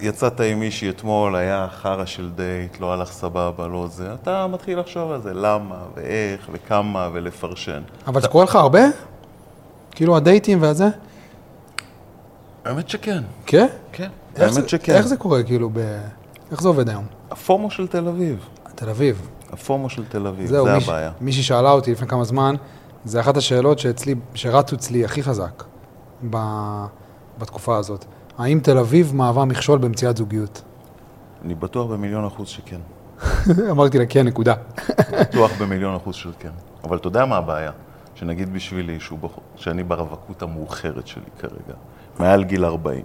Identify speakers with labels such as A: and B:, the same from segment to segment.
A: יצאת עם מישהי אתמול, היה חרא של דייט, לא הלך סבבה, לא זה, אתה מתחיל לחשוב על זה, למה, ואיך, וכמה, ולפרשן.
B: אבל זה קורה לך הרבה? כאילו הדייטים והזה?
A: האמת שכן.
B: כן?
A: כן.
B: איך זה-
A: האמת שכן.
B: איך זה קורה, כאילו, ב... איך זה עובד היום?
A: הפומו של תל אביב.
B: תל אביב.
A: הפומו של תל אביב,
B: זהו,
A: זה
B: מיש-
A: הבעיה.
B: מישהי שאלה אותי לפני כמה זמן, זה אחת השאלות שאצלי, שרצו אצלי הכי חזק ב... בתקופה הזאת. האם תל אביב מהווה מכשול במציאת זוגיות?
A: אני בטוח במיליון אחוז שכן.
B: אמרתי לה, כן, נקודה.
A: בטוח במיליון אחוז של כן. אבל אתה יודע מה הבעיה? שנגיד בשבילי, שהוא בח... שאני ברווקות המאוחרת שלי כרגע, מעל גיל 40,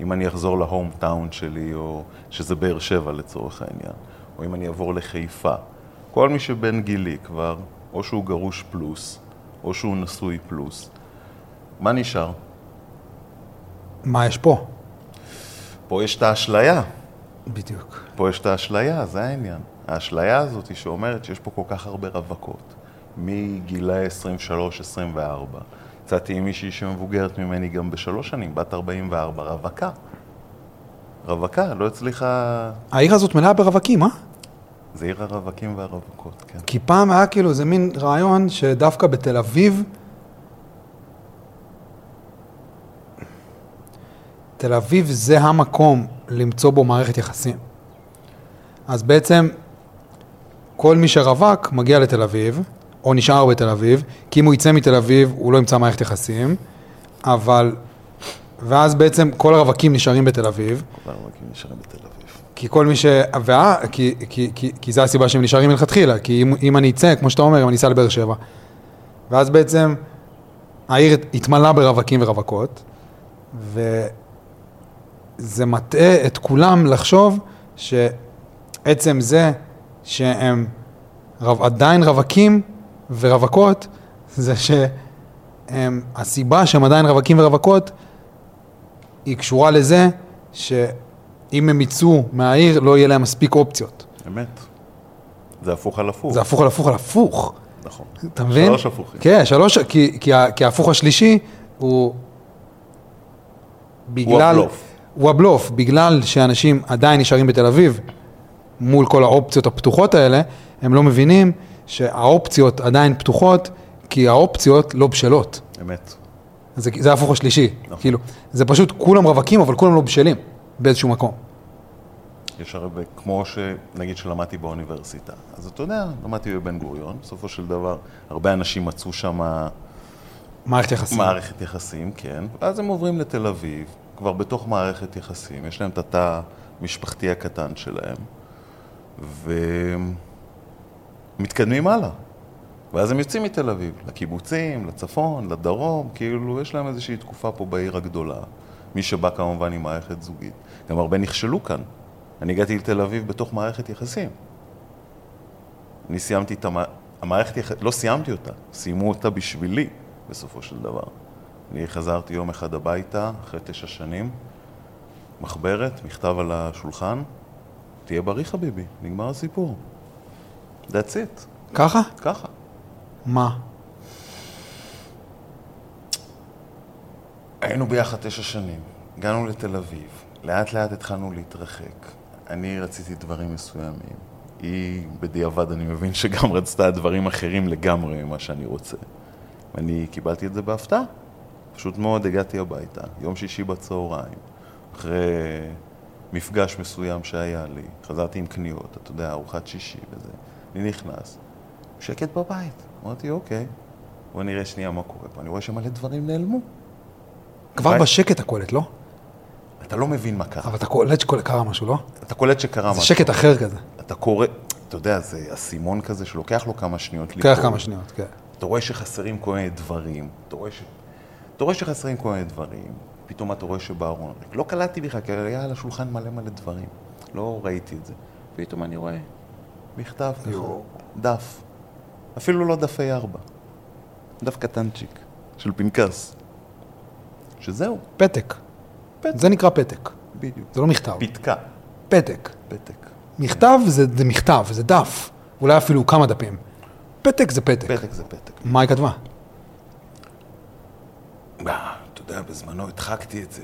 A: אם אני אחזור להום טאון שלי, או שזה באר שבע לצורך העניין, או אם אני אעבור לחיפה, כל מי שבן גילי כבר, או שהוא גרוש פלוס, או שהוא נשוי פלוס, מה נשאר?
B: מה יש פה?
A: פה יש את האשליה.
B: בדיוק.
A: פה יש את האשליה, זה העניין. האשליה הזאת היא שאומרת שיש פה כל כך הרבה רווקות. מגילאי 23-24. יצאתי עם מישהי שמבוגרת ממני גם בשלוש שנים, בת 44, רווקה. רווקה, לא הצליחה...
B: העיר הזאת מלאה ברווקים, אה?
A: זה עיר הרווקים והרווקות, כן.
B: כי פעם היה כאילו איזה מין רעיון שדווקא בתל אביב... תל אביב זה המקום למצוא בו מערכת יחסים. אז בעצם כל מי שרווק מגיע לתל אביב, או נשאר בתל אביב, כי אם הוא יצא מתל אביב הוא לא ימצא מערכת יחסים, אבל... ואז בעצם כל הרווקים נשארים בתל אביב,
A: אבל הרווקים נשארים בתל אביב.
B: כי כל מי ש... וה... כי, כי, כי, כי זה הסיבה שהם נשארים מלכתחילה, כי אם, אם אני אצא, כמו שאתה אומר, אם אני אסע לבאר שבע. ואז בעצם העיר התמלאה ברווקים ורווקות, וזה מטעה את כולם לחשוב שעצם זה שהם רו... עדיין רווקים ורווקות, זה שהם... הסיבה שהם עדיין רווקים ורווקות היא קשורה לזה שאם הם יצאו מהעיר, לא יהיה להם מספיק אופציות.
A: אמת. זה הפוך על הפוך.
B: זה הפוך על הפוך על הפוך,
A: נכון.
B: אתה מבין?
A: שלוש הפוכים.
B: כן, שלוש, כי, כי, ה- כי ההפוך השלישי הוא בגלל...
A: הבלוף.
B: הוא הבלוף, בגלל שאנשים עדיין נשארים בתל אביב מול כל האופציות הפתוחות האלה, הם לא מבינים שהאופציות עדיין פתוחות, כי האופציות לא בשלות.
A: אמת.
B: זה, זה ההפוך השלישי,
A: נכון.
B: כאילו, זה פשוט כולם רווקים, אבל כולם לא בשלים באיזשהו מקום.
A: יש הרבה, כמו שנגיד שלמדתי באוניברסיטה. אז אתה יודע, למדתי בבן גוריון, בסופו של דבר, הרבה אנשים מצאו שם
B: מערכת יחסים.
A: מערכת יחסים, כן. ואז הם עוברים לתל אביב, כבר בתוך מערכת יחסים, יש להם את התא המשפחתי הקטן שלהם, ומתקדמים הלאה. ואז הם יוצאים מתל אביב, לקיבוצים, לצפון, לדרום, כאילו יש להם איזושהי תקופה פה בעיר הגדולה. מי שבא כמובן עם מערכת זוגית. גם הרבה נכשלו כאן. אני הגעתי לתל אביב בתוך מערכת יחסים. אני סיימתי את המע... המערכת, יח... לא סיימתי אותה, סיימו אותה בשבילי בסופו של דבר. אני חזרתי יום אחד הביתה, אחרי תשע שנים, מחברת, מכתב על השולחן, תהיה בריא חביבי, נגמר הסיפור. That's it,
B: ככה?
A: ככה.
B: מה?
A: היינו ביחד תשע שנים, הגענו לתל אביב, לאט לאט התחלנו להתרחק. אני רציתי דברים מסוימים. היא, בדיעבד אני מבין שגם רצתה דברים אחרים לגמרי ממה שאני רוצה. ואני קיבלתי את זה בהפתעה. פשוט מאוד הגעתי הביתה, יום שישי בצהריים, אחרי מפגש מסוים שהיה לי, חזרתי עם קניות, אתה יודע, ארוחת שישי וזה. אני נכנס, שקט בבית. אמרתי, אוקיי, בוא נראה שנייה מה קורה פה. אני רואה שמלא דברים נעלמו.
B: כבר
A: ביי.
B: בשקט אתה קולט, לא?
A: אתה לא מבין מה קרה.
B: אבל אתה קולט שקרה משהו, לא?
A: אתה קולט שקרה
B: זה
A: משהו.
B: שקט אחר כזה.
A: אתה קורא, אתה יודע, זה אסימון כזה שלוקח לו כמה שניות לקרוא.
B: לוקח כמה שניות, כן.
A: אתה רואה שחסרים כל מיני דברים. אתה רואה, ש... אתה רואה שחסרים כל מיני דברים. פתאום אתה רואה שבארון ריק. לא קלטתי בכלל, כי היה על השולחן מלא מלא דברים. לא ראיתי את זה. פתאום אני רואה מכתב ככה,
B: יואו.
A: דף. אפילו לא דף A4. דף קטנצ'יק, של פנקס. שזהו,
B: פתק.
A: פתק.
B: זה נקרא פתק.
A: בדיוק.
B: זה לא מכתב.
A: פתקה,
B: פתק.
A: פתק.
B: מכתב זה זה מכתב, זה דף. אולי אפילו כמה דפים. פתק זה פתק.
A: פתק זה פתק.
B: מה היא כתבה?
A: אה, אתה יודע, בזמנו הדחקתי את זה,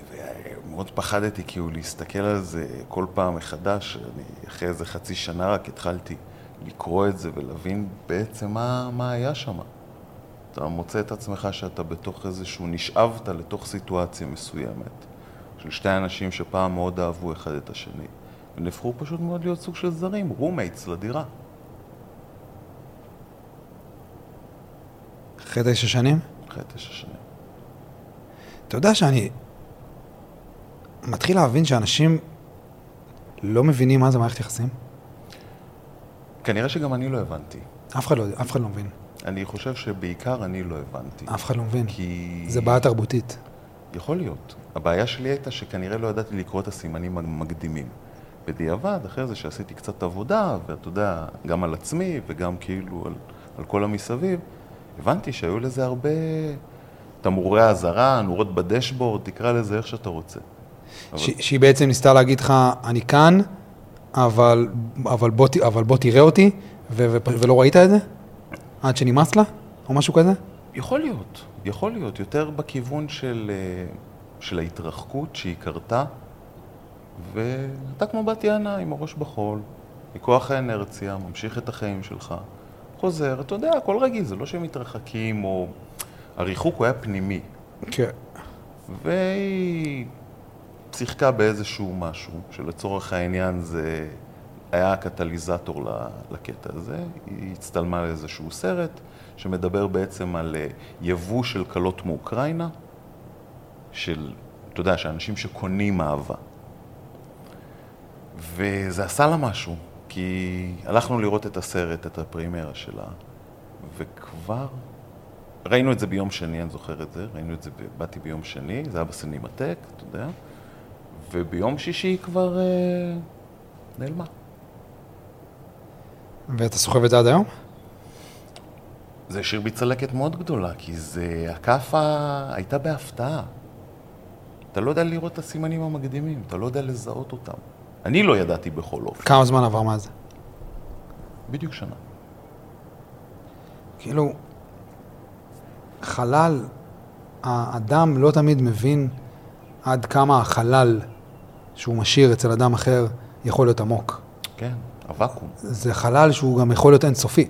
A: ומאוד פחדתי כאילו להסתכל על זה כל פעם מחדש. אני אחרי איזה חצי שנה רק התחלתי לקרוא את זה ולהבין בעצם מה, מה היה שם. אתה מוצא את עצמך שאתה בתוך איזשהו, נשאבת לתוך סיטואציה מסוימת של שתי אנשים שפעם מאוד אהבו אחד את השני, ונהפכו פשוט מאוד להיות סוג של זרים, roommates לדירה.
B: אחרי תשע שנים?
A: אחרי תשע שנים.
B: אתה יודע שאני מתחיל להבין שאנשים לא מבינים מה זה מערכת יחסים?
A: כנראה שגם אני לא הבנתי.
B: אף אחד לא, אף אחד לא מבין.
A: אני חושב שבעיקר אני לא הבנתי.
B: אף אחד לא מבין.
A: כי...
B: זה בעיה תרבותית.
A: יכול להיות. הבעיה שלי הייתה שכנראה לא ידעתי לקרוא את הסימנים המקדימים. בדיעבד, אחרי זה שעשיתי קצת עבודה, ואתה יודע, גם על עצמי וגם כאילו על, על כל המסביב, הבנתי שהיו לזה הרבה תמרורי אזהרה, נורות בדשבורד, תקרא לזה איך שאתה רוצה. אבל-
B: ש- שהיא בעצם ניסתה להגיד לך, אני כאן, אבל, אבל, בוא, ת- אבל בוא תראה אותי, ו- ו- ולא ראית את זה? עד שנמאס לה? או משהו כזה?
A: יכול להיות, יכול להיות, יותר בכיוון של, אה, של ההתרחקות שהיא קרתה, ואתה כמו בת יענה עם הראש בחול, מכוח האנרציה, ממשיך את החיים שלך, חוזר, אתה יודע, הכל רגיל, זה לא שהם מתרחקים, או... הריחוק הוא היה פנימי,
B: כן.
A: והיא שיחקה באיזשהו משהו, שלצורך העניין זה היה הקטליזטור ל- לקטע הזה. היא הצטלמה לאיזשהו סרט שמדבר בעצם על אה, יבוא של כלות מאוקראינה, של, אתה יודע, שאנשים שקונים אהבה. וזה עשה לה משהו, כי הלכנו לראות את הסרט, את הפרימיירה שלה, וכבר ראינו את זה ביום שני, אני זוכר את זה, ראינו את זה, ב- באתי ביום שני, זה היה בסינמטק, אתה יודע, וביום שישי היא כבר אה, נעלמה.
B: ואתה סוחב את זה עד היום?
A: זה השאיר בי צלקת מאוד גדולה, כי זה, הכאפה הייתה בהפתעה. אתה לא יודע לראות את הסימנים המקדימים, אתה לא יודע לזהות אותם. אני לא ידעתי בכל אופן,
B: כמה זמן עבר מאז?
A: בדיוק שנה.
B: כאילו, חלל, האדם לא תמיד מבין עד כמה החלל שהוא משאיר אצל אדם אחר יכול להיות עמוק.
A: כן, הוואקום.
B: זה חלל שהוא גם יכול להיות אינסופי.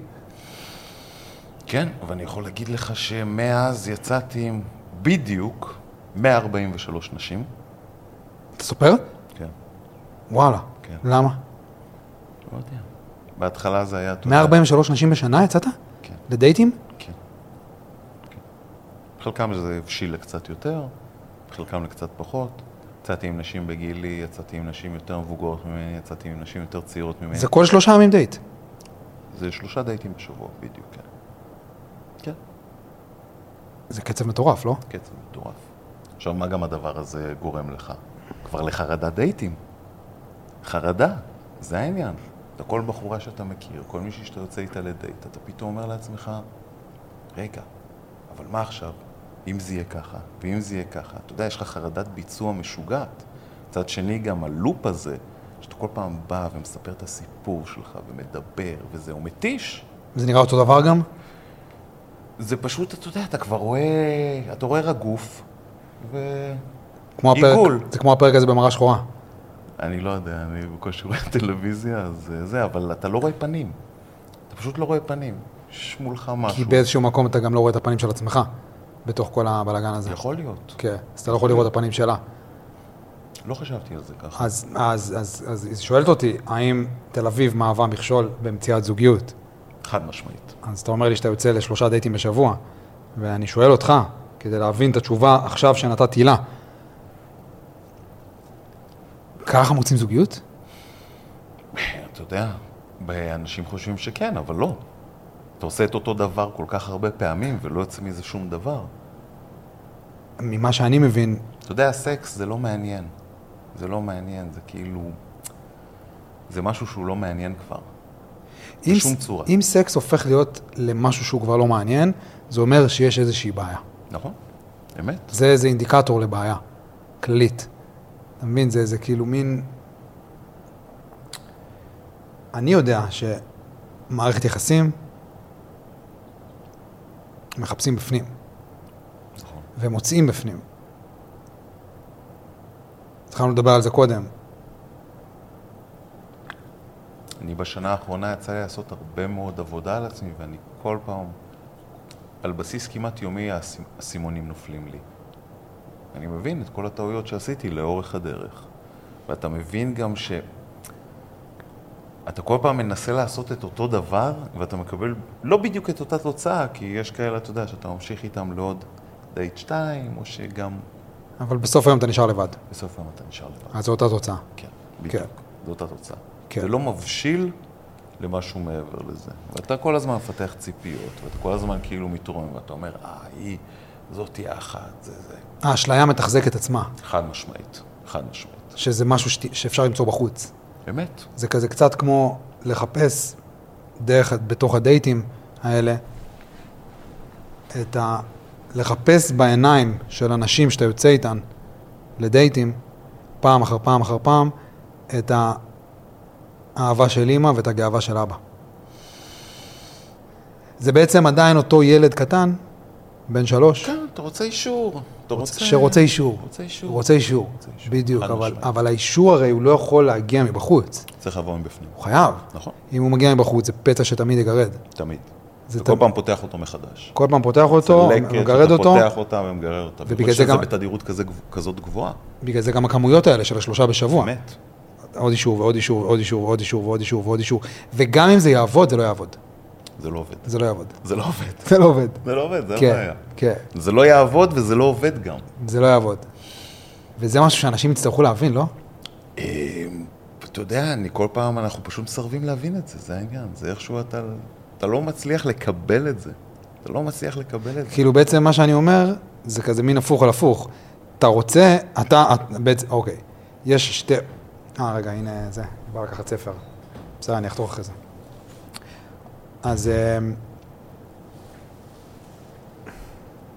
A: כן, ואני יכול להגיד לך שמאז יצאתי עם בדיוק 143 נשים.
B: אתה סופר?
A: כן,
B: וואלה.
A: כן.
B: למה?
A: לא יודע. בהתחלה זה היה... אתה יודע,
B: 143 נשים בשנה יצאת?
A: כן.
B: לדייטים?
A: כן. כן. חלקם זה הבשיל לקצת יותר, חלקם לקצת פחות. יצאתי עם נשים בגילי, יצאתי עם נשים יותר מבוגרות ממני, יצאתי עם נשים יותר צעירות ממני.
B: זה כל שלושה ימים דייט.
A: זה שלושה דייטים בשבוע, בדיוק, כן. כן,
B: זה קצב מטורף, לא?
A: קצב מטורף. עכשיו, מה גם הדבר הזה גורם לך? כבר לחרדת דייטים. חרדה, זה העניין. אתה כל בחורה שאתה מכיר, כל מישהי שאתה יוצא איתה לדייט, אתה פתאום אומר לעצמך, רגע, אבל מה עכשיו? אם זה יהיה ככה, ואם זה יהיה ככה, אתה יודע, יש לך חרדת ביצוע משוגעת. מצד שני, גם הלופ הזה, שאתה כל פעם בא ומספר את הסיפור שלך, ומדבר, וזה, הוא מתיש.
B: זה נראה אותו דבר גם?
A: זה פשוט, אתה יודע, אתה כבר רואה, אתה רואה רק גוף, ו...
B: כמו הפרק,
A: עיגול.
B: זה כמו הפרק הזה במראה שחורה.
A: אני לא יודע, אני בקושי רואה טלוויזיה, אז אה, זה, אבל אתה לא רואה פנים. אתה פשוט לא רואה פנים. יש מולך משהו.
B: כי באיזשהו מקום אתה גם לא רואה את הפנים של עצמך, בתוך כל הבלאגן הזה.
A: יכול להיות.
B: כן, אז אתה לא יכול לראות את הפנים שלה.
A: לא חשבתי על זה ככה.
B: אז, אז, אז, אז היא שואלת אותי, האם תל אביב מהווה מכשול במציאת זוגיות?
A: חד משמעית.
B: אז אתה אומר לי שאתה יוצא לשלושה דייטים בשבוע, ואני שואל אותך, כדי להבין את התשובה עכשיו שנתתי לה, ככה מוצאים זוגיות?
A: אתה יודע, ב- אנשים חושבים שכן, אבל לא. אתה עושה את אותו דבר כל כך הרבה פעמים, ולא יוצא מזה שום דבר.
B: ממה שאני מבין,
A: אתה יודע, סקס זה לא מעניין. זה לא מעניין, זה כאילו... זה משהו שהוא לא מעניין כבר.
B: אם,
A: בשום צורה.
B: אם סקס הופך להיות למשהו שהוא כבר לא מעניין, זה אומר שיש איזושהי בעיה.
A: נכון? אמת?
B: זה איזה אינדיקטור לבעיה, כללית. אתה מבין? זה, זה כאילו מין... אני יודע שמערכת יחסים מחפשים בפנים
A: נכון.
B: נכון. ומוצאים בפנים. התחלנו לדבר על זה קודם.
A: אני בשנה האחרונה יצא לי לעשות הרבה מאוד עבודה על עצמי, ואני כל פעם, על בסיס כמעט יומי, האס- האסימונים נופלים לי. אני מבין את כל הטעויות שעשיתי לאורך הדרך. ואתה מבין גם ש... אתה כל פעם מנסה לעשות את אותו דבר, ואתה מקבל לא בדיוק את אותה תוצאה, כי יש כאלה, אתה יודע, שאתה ממשיך איתם לעוד דייט 2, או שגם
B: אבל בסוף היום אתה נשאר לבד.
A: בסוף היום אתה נשאר לבד.
B: אז זו אותה תוצאה.
A: כן, בדיוק.
B: כן.
A: זו אותה תוצאה.
B: כן.
A: זה לא מבשיל למשהו מעבר לזה. ואתה כל הזמן מפתח ציפיות, ואתה כל הזמן כאילו מתרומם, ואתה אומר, אה, היא, זאתי האחת, זה זה.
B: האשליה מתחזקת עצמה,
A: חד משמעית, חד משמעית.
B: שזה משהו שת- שאפשר למצוא בחוץ.
A: אמת.
B: זה כזה קצת כמו לחפש דרך, בתוך הדייטים האלה, את ה... לחפש בעיניים של אנשים שאתה יוצא איתן לדייטים, פעם אחר פעם אחר פעם, את האהבה של אימא ואת הגאווה של אבא. זה בעצם עדיין אותו ילד קטן, בן שלוש,
A: כן, אתה רוצה אישור. אתה רוצה...
B: שרוצה אישור.
A: רוצה
B: הוא
A: אישור.
B: רוצה אישור,
A: רוצה אישור.
B: בדיוק,
A: חד
B: אבל,
A: משמעית.
B: אבל האישור הרי הוא לא יכול להגיע מבחוץ,
A: צריך לבוא מבפנים.
B: הוא חייב.
A: נכון,
B: אם הוא מגיע מבחוץ, זה פצע שתמיד יגרד.
A: תמיד.
B: זה
A: אתה כל
B: ת-
A: פעם פותח אותו מחדש.
B: כל פעם פותח אותו,
A: צלקת,
B: מגרד אותו,
A: אתה פותח אותה ומגרד אותה.
B: ובגלל
A: ובגלל
B: זה
A: זה
B: גם-
A: בתדירות כזה גב- כזאת גבוהה.
B: בגלל זה גם הכמויות האלה של השלושה בשבוע.
A: אמת.
B: עוד אישור ועוד אישור ועוד אישור ועוד אישור ועוד אישור ועוד אישור. וגם אם זה יעבוד, זה לא יעבוד.
A: זה לא עובד.
B: זה לא יעבוד.
A: זה לא עובד.
B: זה לא עובד.
A: זה לא עובד, זה
B: כן,
A: הבעיה.
B: כן,
A: זה לא יעבוד וזה לא עובד גם.
B: זה לא יעבוד. וזה משהו שאנשים יצטרכו להבין, לא?
A: אמ, אתה יודע, אני כל פעם, אנחנו פשוט מסרבים להבין את זה, זה העניין. זה איכשהו אתה, אתה לא מצליח לקבל את זה. אתה לא מצליח לקבל את זה.
B: כאילו בעצם מה שאני אומר, זה כזה מין הפוך על הפוך. אתה רוצה, אתה, את- בעצם, אוקיי. יש שתי... אה, רגע, הנה זה, בא לקחת ספר. בסדר, אני אחתוך אחרי זה. אז... אמ,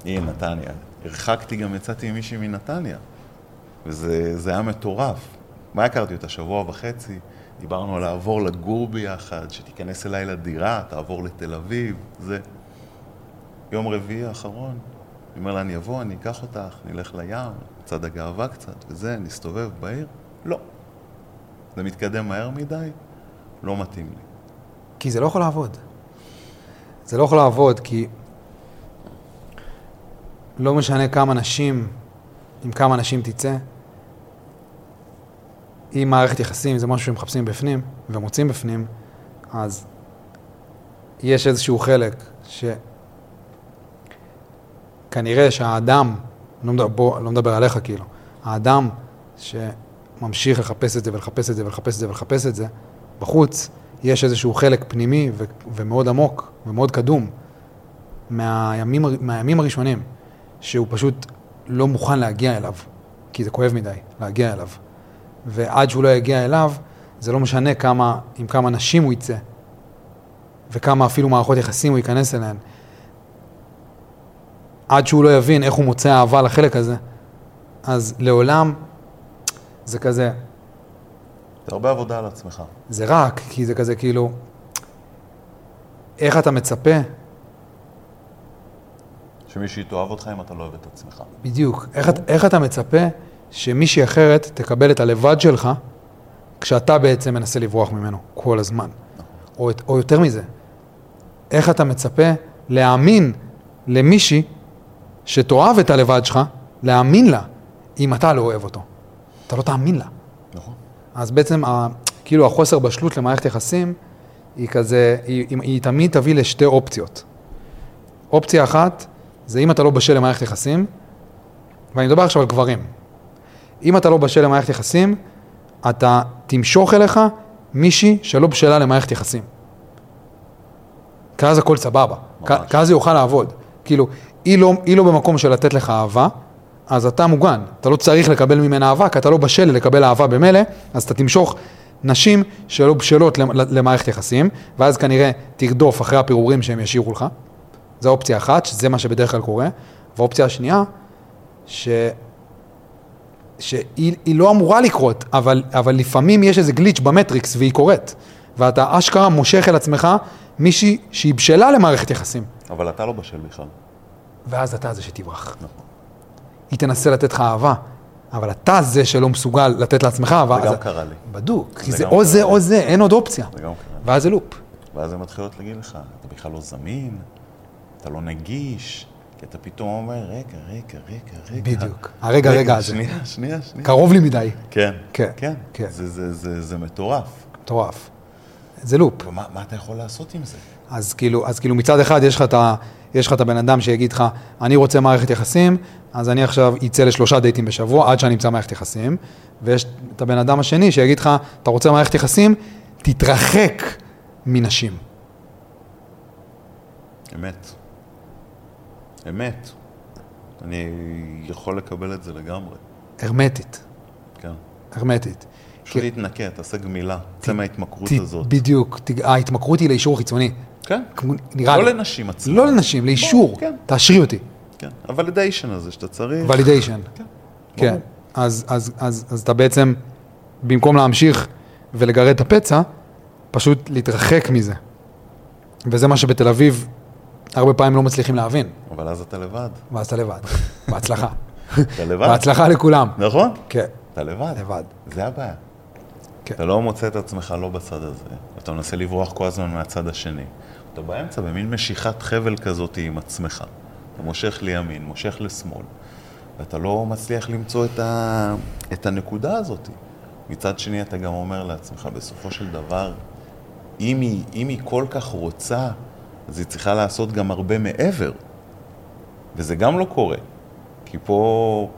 A: הנה, "אה, נתניה. הרחקתי, גם יצאתי עם מישהי מנתניה. וזה זה היה מטורף. מה הכרתי אותה? שבוע וחצי. דיברנו על לעבור לגור ביחד, שתיכנס אליי לדירה, תעבור לתל אביב, זה. יום רביעי האחרון, אני אומר לה, אני אבוא, אני אקח אותך, נלך לים, מצד הגאווה קצת, וזה, נסתובב בעיר. לא. זה מתקדם מהר מדי, לא מתאים לי.
B: כי זה לא יכול לעבוד. זה לא יכול לעבוד כי לא משנה כמה נשים, עם כמה נשים תצא, אם מערכת יחסים זה משהו שמחפשים בפנים ומוצאים בפנים, אז יש איזשהו חלק שכנראה שהאדם, לא מדבר, בוא, לא מדבר עליך כאילו, האדם שממשיך לחפש את זה ולחפש את זה ולחפש את זה ולחפש את זה, בחוץ יש איזשהו חלק פנימי ו- ומאוד עמוק ומאוד קדום מהימים, הר- מהימים הראשונים, שהוא פשוט לא מוכן להגיע אליו, כי זה כואב מדי להגיע אליו. ועד שהוא לא יגיע אליו, זה לא משנה כמה, עם כמה נשים הוא יצא, וכמה אפילו מערכות יחסים הוא ייכנס אליהן. עד שהוא לא יבין איך הוא מוצא אהבה לחלק הזה, אז לעולם זה כזה,
A: זה הרבה עבודה על עצמך.
B: זה רק, כי זה כזה כאילו, איך אתה מצפה,
A: שמישהי תאהב אותך אם אתה לא אוהב את עצמך.
B: בדיוק, איך, את- איך אתה מצפה שמישהי אחרת תקבל את הלבד שלך, כשאתה בעצם מנסה לברוח ממנו כל הזמן, או, את- או יותר מזה, איך אתה מצפה להאמין למישהי שתאהב את הלבד שלך, להאמין לה, אם אתה לא אוהב אותו. אתה לא תאמין לה.
A: נכון.
B: אז בעצם, ה, כאילו, החוסר בשלות למערכת יחסים, היא כזה, היא, היא, היא תמיד תביא לשתי אופציות. אופציה אחת, זה אם אתה לא בשל למערכת יחסים, ואני מדבר עכשיו על גברים. אם אתה לא בשל למערכת יחסים, אתה תמשוך אליך מישהי שלא בשלה למערכת יחסים. כי אז הכל סבבה,
A: ממש.
B: כי- כי אז זה יוכל לעבוד. כאילו, היא לא, היא לא במקום של לתת לך אהבה, אז אתה מוגן. אתה לא צריך לקבל ממנה אהבה, כי אתה לא בשל לקבל אהבה במילא, אז אתה תמשוך נשים שלא בשלות למ- למערכת יחסים, ואז כנראה תרדוף אחרי הפירורים שהם ישאירו לך. זו אופציה אחת, שזה מה שבדרך כלל קורה. והאופציה השנייה, ש... שהיא היא לא אמורה לקרות, אבל, אבל לפעמים יש איזה גליץ' במטריקס והיא קורית. ואתה אשכרה מושך אל עצמך מישהי שהיא בשלה למערכת יחסים.
A: אבל אתה לא בשל בכלל.
B: ואז אתה זה שתברח.
A: נכון.
B: היא תנסה לתת לך אהבה, אבל אתה זה שלא מסוגל לתת לעצמך.
A: זה גם קרה לי.
B: בדוק, כי
A: זה
B: זה
A: גם
B: או
A: קרה
B: זה
A: לי.
B: או זה, אין עוד אופציה.
A: זה גם קרה.
B: ואז זה לופ.
A: ואז הן מתחילות להגיד לך, אתה בכלל לא זמין, אתה לא נגיש, כי אתה פתאום אומר, רגע, רגע, רגע, רגע.
B: בדיוק. הרגע, רגע הזה.
A: שנייה, שנייה, שנייה.
B: קרוב לי מדי.
A: כן,
B: כן,
A: כן.
B: כן.
A: זה, זה, זה, זה מטורף.
B: מטורף. זה לופ.
A: ומה מה אתה יכול לעשות עם זה?
B: אז כאילו, אז כאילו מצד אחד יש לך את ה... יש לך את הבן אדם שיגיד לך, אני רוצה מערכת יחסים, אז אני עכשיו אצא לשלושה דייטים בשבוע עד שאני אמצא מערכת יחסים. ויש את הבן אדם השני שיגיד לך, אתה רוצה מערכת יחסים, תתרחק מנשים.
A: אמת. אמת. אני יכול לקבל את זה לגמרי,
B: הרמטית,
A: כן.
B: הרמטית.
A: פשוט להתנקה, תעשה גמילה, צא מההתמכרות
B: כן. ת-
A: הזאת.
B: בדיוק, ת- ההתמכרות היא לאישור חיצוני.
A: כן.
B: כמו- נראה
A: לא
B: לי.
A: לנשים עצמן.
B: לא לנשים, לאישור.
A: כן.
B: תאשרי אותי.
A: כן. הוולידיישן הזה שאתה צריך.
B: ולידיישן.
A: כן.
B: כן.
A: ברור.
B: אז, אז, אז, אז אתה בעצם, במקום להמשיך ולגרד את הפצע, פשוט להתרחק מזה. וזה מה שבתל אביב הרבה פעמים לא מצליחים להבין.
A: אבל אז אתה לבד.
B: ואז אתה לבד. בהצלחה.
A: אתה לבד.
B: בהצלחה לכולם.
A: נכון?
B: כן,
A: אתה לבד.
B: לבד.
A: זה הבעיה.
B: כן.
A: אתה לא מוצא את עצמך לא בצד הזה, אתה מנסה לברוח כל הזמן מהצד השני. אתה באמצע במין משיכת חבל כזאת עם עצמך. אתה מושך לימין, מושך לשמאל, ואתה לא מצליח למצוא את, ה... את הנקודה הזאת. מצד שני, אתה גם אומר לעצמך, בסופו של דבר, אם היא, אם היא כל כך רוצה, אז היא צריכה לעשות גם הרבה מעבר. וזה גם לא קורה, כי פה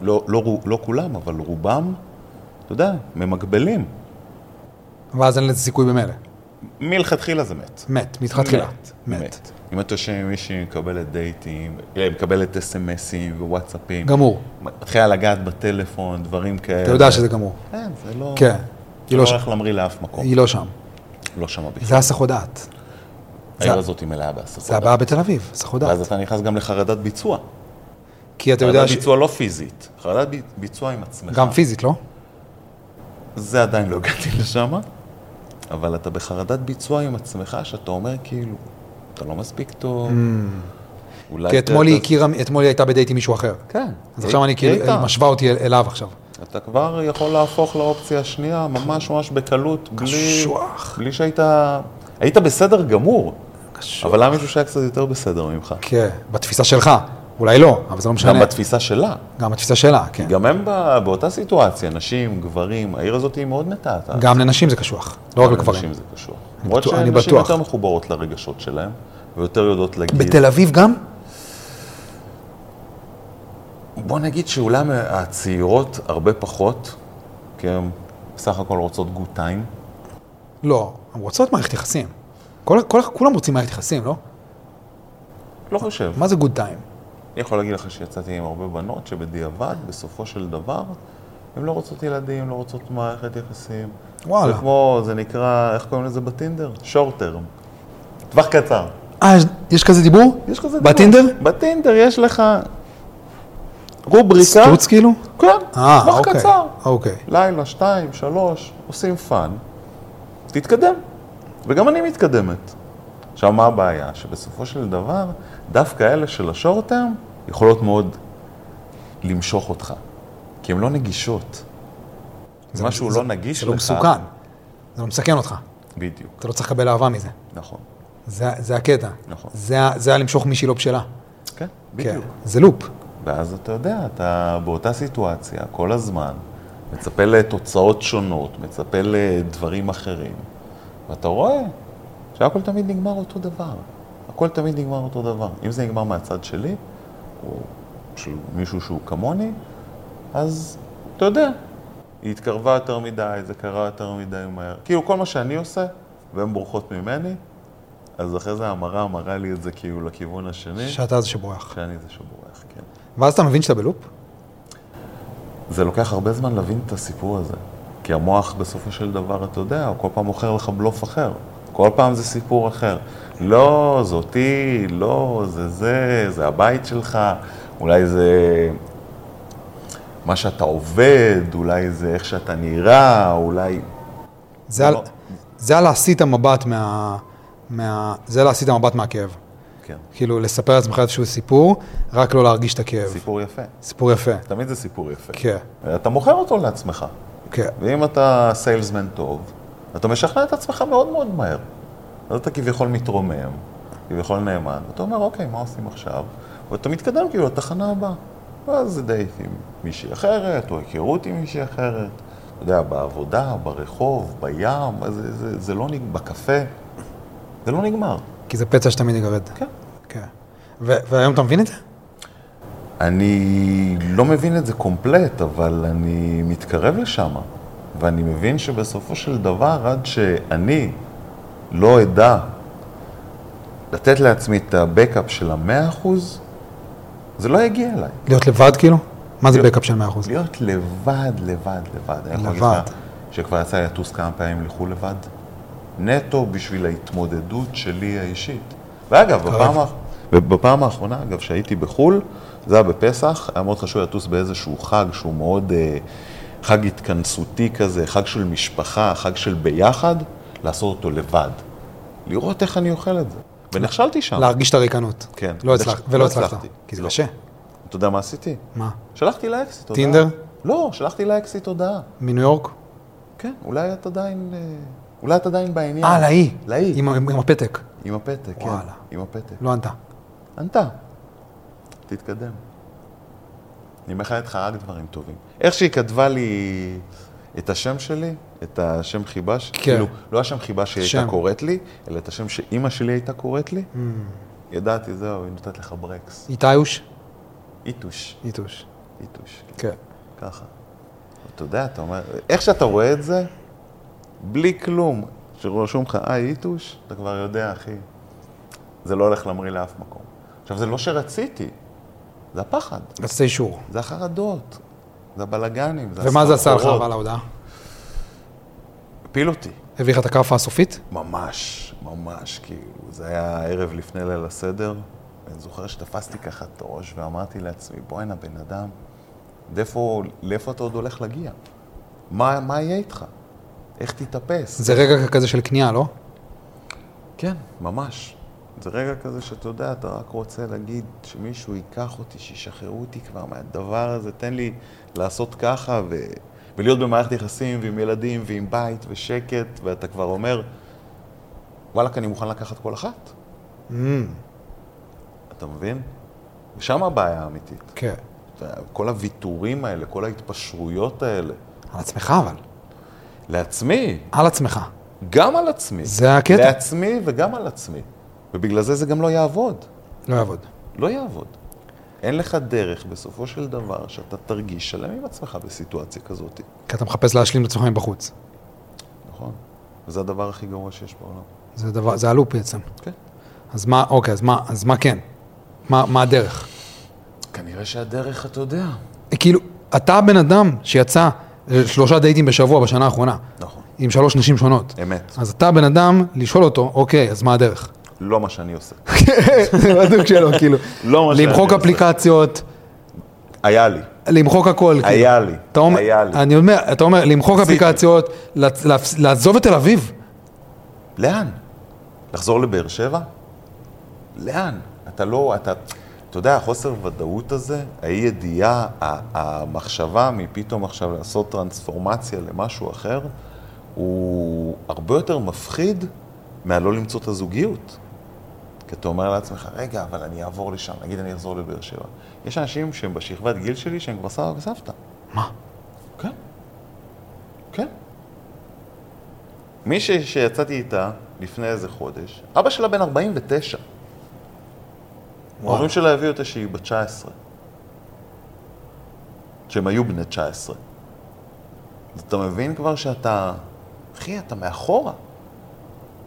A: לא, לא, לא, לא כולם, אבל רובם, אתה יודע, ממגבלים.
B: ואז אין לזה סיכוי במילא.
A: מלכתחילה זה מת.
B: מת, מתחתחילה.
A: מת.
B: מת.
A: אם אתה יושב עם מישהי מקבלת דייטים, אה, מקבלת אס.אם.אסים ווואטסאפים,
B: גמור.
A: מתחילה לגעת בטלפון, דברים כאלה.
B: אתה יודע שזה גמור.
A: כן, זה לא...
B: כן.
A: זה
B: היא
A: לא
B: לא שם.
A: הולך להמריא לאף מקום.
B: היא לא שם.
A: לא שמה בכלל.
B: זה הסחות דעת.
A: העיר הזאת היא מלאה בהסחות.
B: זה הבעיה בתל אביב, הסחות דעת.
A: ואז אתה נכנס גם לחרדת ביצוע.
B: כי אתה יודע
A: חרדת
B: ש...
A: ביצוע לא פיזית, חרדת ב- ביצוע עם עצמך.
B: גם פיזית, לא?
A: זה עדיין לא הגעתי לשם, אבל אתה בחרדת ביצוע עם עצמך, שאתה אומר כאילו, אתה לא מספיק טוב. אולי
B: Mm. כי
A: אתה-
B: אתמול היא
A: אתה-
B: הכירה, אתמול היא הייתה בדייט עם מישהו אחר.
A: אה, כן.
B: אז עכשיו אני כאילו,
A: איתן,
B: היא משווה אותי אל- אליו עכשיו.
A: אתה כבר יכול להפוך לאופציה השנייה ממש ממש בקלות, בלי...
B: קשוח.
A: בלי שהיית... היית בסדר גמור, אבל היה מישהו שהיה קצת יותר בסדר ממך.
B: כן, בתפיסה שלך. אולי לא, אבל זה לא משנה.
A: גם בתפיסה שלה.
B: גם בתפיסה שלה, כן.
A: גם הם בא- באותה סיטואציה, נשים, גברים, העיר הזאת היא מאוד נטעת.
B: גם לנשים זה קשוח, לא רק לגברים.
A: לנשים זה קשור. למרות
B: בטוח- אני
A: שנשים
B: בטוח.
A: יותר מחוברות לרגשות שלהן, ויותר יודעות להגיד...
B: בתל אביב גם?
A: בוא נגיד שאולי מה- הצעירות הרבה פחות, כי הן בסך הכל רוצות good time.
B: לא, הן רוצות מערכת יחסים. כל- כל- כולם רוצים מערכת יחסים, לא?
A: לא חושב.
B: מה זה גוד טיים?
A: אני יכול להגיד לך שיצאתי עם הרבה בנות שבדיעבד, בסופו של דבר, הן לא רוצות ילדים, לא רוצות מערכת יחסים.
B: וואלה.
A: זה כמו, זה נקרא, איך קוראים לזה בטינדר? short term. טווח קצר.
B: אה, יש- יש כזה דיבור?
A: יש כזה
B: בטינדר?
A: דבר. בטינדר יש לך רובריקה.
B: סטוץ כאילו?
A: כן,
B: אה,
A: טווח
B: אוקיי.
A: קצר.
B: אוקיי.
A: לילה, שתיים, שלוש, עושים פאן, תתקדם. וגם אני מתקדמת. עכשיו, מה הבעיה? שבסופו של דבר, דווקא אלה של השורטרם יכולות מאוד למשוך אותך. כי הן לא נגישות.
B: זה-
A: משהו
B: זה-
A: לא נגיש
B: זה לא
A: לך.
B: מסוכן. זה לא מסכן אותך.
A: בדיוק,
B: אתה לא צריך לקבל אהבה מזה.
A: נכון.
B: זה זה הקטע.
A: נכון.
B: זה ה- זה הלמשוך מישהי לא בשלה.
A: כן,
B: כן.
A: בדיוק.
B: זה לופ.
A: ואז אתה יודע, אתה באותה סיטואציה כל הזמן, מצפה לתוצאות שונות, מצפה לדברים אחרים, ואתה רואה שהכל תמיד נגמר אותו דבר. הכל תמיד נגמר אותו דבר. אם זה נגמר מהצד שלי, או של מישהו שהוא כמוני, אז אתה יודע, היא התקרבה יותר מדי, זה קרה יותר מדי מהר. כאילו כל מה שאני עושה, והן בורחות ממני, אז אחרי זה המראה מראה לי את זה כאילו לכיוון השני,
B: שאתה זה שבורח.
A: שאני זה שבורח, כן.
B: ואז אתה מבין שאתה בלופ?
A: זה לוקח הרבה זמן להבין את הסיפור הזה. כי המוח בסופו של דבר, אתה יודע, הוא כל פעם מוכר לך בלוף אחר. כל פעם זה סיפור אחר. לא, זה אותי, לא, זה זה, זה הבית שלך, אולי זה מה שאתה עובד, אולי זה איך שאתה נראה, אולי...
B: זה על-
A: לא.
B: זה על להסיט המבט מה... מה... זה להסיט המבט מהכאב.
A: כן.
B: כאילו, לספר לעצמך איזשהו סיפור, רק לא להרגיש את הכאב.
A: סיפור יפה.
B: סיפור יפה.
A: תמיד זה סיפור יפה.
B: כן,
A: אתה מוכר אותו לעצמך.
B: כן.
A: ואם אתה סיילסמן טוב, אתה משכנע את עצמך מאוד מאוד מהר. אז אתה כביכול מתרומם, כביכול נאמן, ואתה אומר, אוקיי, מה עושים עכשיו? ואתה מתקדם כאילו לתחנה הבאה. ואז זה דייט עם מישהי אחרת, או היכרות עם מישהי אחרת. אתה יודע, בעבודה, ברחוב, בים, זה, זה, זה לא נגמר, בקפה, זה לא נגמר.
B: כי זה פצע שתמיד יגרד.
A: כן.
B: כן. ו- והיום אתה מבין את זה?
A: אני לא מבין את זה קומפלט, אבל אני מתקרב לשם. ואני מבין שבסופו של דבר, עד שאני לא אדע לתת לעצמי את הבקאפ של המאה אחוז, זה לא יגיע אליי.
B: להיות לבד כאילו? מה זה
A: להיות-
B: בקאפ של 100%?
A: להיות לבד, לבד, לבד. אני יכול להגיד
B: לבד.
A: לך שכבר יצא לי לטוס כמה פעמים לחו"ל לבד. נטו בשביל ההתמודדות שלי האישית. ואגב, בפעם, האח- ובפעם האחרונה, אגב, שהייתי בחו"ל, זה היה בפסח, היה מאוד חשוב לטוס באיזשהו חג שהוא מאוד אה, חג התכנסותי כזה, חג של משפחה, חג של ביחד, לעשות אותו לבד. לראות איך אני אוכל את זה. ונכשלתי שם.
B: להרגיש את הריקנות.
A: כן.
B: לא הצלחת,
A: לא
B: ולא הצלחת.
A: הצלחתי.
B: כי זה
A: לא.
B: קשה.
A: אתה יודע מה עשיתי?
B: מה?
A: שלחתי לאקסיט הודעה.
B: טינדר?
A: לא, שלחתי לאקסיט הודעה.
B: מניו יורק?
A: כן, אולי את עדיין, אה, אולי את עדיין בעניין.
B: אה, לאי.
A: לאי. עם,
B: עם ה- עם הפתק.
A: עם הפתק, כן.
B: וואלה.
A: עם הפתק.
B: לא ענתה.
A: ענתה. תתקדם. אני מאחלת לך רק דברים טובים. איך שהיא כתבה לי את השם שלי, את השם חיבה שלי,
B: כן.
A: כאילו, לא השם חיבה שהיא
B: שם.
A: הייתה קוראת לי, אלא את השם שאימא שלי הייתה קוראת
B: Mm.
A: לי, ידעתי, זהו, היא נותנת לך ברקס.
B: איתאיוש?
A: איתוש,
B: איתוש.
A: איתוש,
B: כן.
A: ככה. אתה יודע, אתה אומר, איך שאתה רואה את זה, בלי כלום, שרשום לך, אה, איתוש, אתה כבר יודע, אחי, זה לא הולך להמריא לאף מקום. עכשיו, זה לא שרציתי, זה הפחד,
B: רצית אישור.
A: זה החרדות, זה הבלגנים, זה
B: ומה זה עשה לך
A: הסחרחורות.
B: אבל ההודעה?
A: הפיל אותי.
B: הביא לך את הכאפה הסופית?
A: ממש, ממש, כאילו, זה היה ערב לפני ליל הסדר, ואני זוכר שתפסתי ככה את הראש ואמרתי לעצמי, בואנה, בן אדם, לאיפה, לאיפה אתה עוד הולך להגיע? מה, מה יהיה איתך? איך תתאפס?
B: זה רגע כזה של כניעה, לא?
A: כן, ממש. זה רגע כזה שאתה יודע, אתה רק רוצה להגיד שמישהו ייקח אותי, שישחררו אותי כבר מהדבר הזה, תן לי לעשות ככה ו... ולהיות במערכת יחסים ועם ילדים ועם בית ושקט, ואתה כבר אומר, וואלכ, אני מוכן לקחת כל אחת.
B: Mm.
A: אתה מבין? ושם הבעיה האמיתית.
B: כן.
A: אתה- כל הוויתורים האלה, כל ההתפשרויות האלה.
B: על עצמך אבל.
A: לעצמי,
B: על עצמך.
A: גם על עצמי.
B: זה הקטע.
A: לעצמי וגם על עצמי. ובגלל זה זה גם לא יעבוד.
B: לא יעבוד.
A: לא יעבוד. אין לך דרך בסופו של דבר שאתה תרגיש שלם עם עצמך בסיטואציה כזאת,
B: כי אתה מחפש להשלים את עצמך מבחוץ.
A: נכון? וזה הדבר הכי גרוע שיש בעולם.
B: זה דבר, זה הלופ בעצם.
A: כן.
B: אז מה, אוקיי, אז מה, אז מה כן? מה, מה הדרך?
A: כנראה שהדרך, אתה יודע.
B: כאילו, אתה הבן אדם שיצא אה, שלושה דייטים בשבוע בשנה האחרונה,
A: נכון.
B: עם שלוש נשים שונות.
A: אמת.
B: אז אתה הבן אדם, לשאול אותו, אוקיי, אז מה הדרך?
A: לא מה שאני עושה.
B: זה בדיוק שלו, כאילו.
A: לא מה שאני
B: למחוק
A: עושה.
B: אפליקציות,
A: היה לי.
B: למחוק הכל. כאילו.
A: היה לי.
B: אתה אומר,
A: היה לי.
B: אני אומר, אתה אומר, למחוק
A: עשיתי.
B: אפליקציות, לעצ- לעצ- לעזוב את תל אביב.
A: לאן? לחזור לבאר שבע? לאן? אתה לא, אתה, אתה יודע, החוסר ודאות הזה, האי ידיעה, ה- המחשבה מפתאום עכשיו לעשות טרנספורמציה למשהו אחר, הוא הרבה יותר מפחיד מהלא למצוא את הזוגיות. כי אתה אומר לעצמך, רגע, אבל אני אעבור לשם, נגיד אני אחזור לבאר שבע. יש אנשים שהם בשכבת גיל שלי שהם כבר סבא וסבתא.
B: מה?
A: כן. כן. מי ש... שיצאתי איתה לפני איזה חודש, אבא שלה בן 49. ההורים שלה הביאו אותה שהיא בת 19. שהם היו בני 19. אז אתה מבין כבר שאתה... אחי, אתה מאחורה.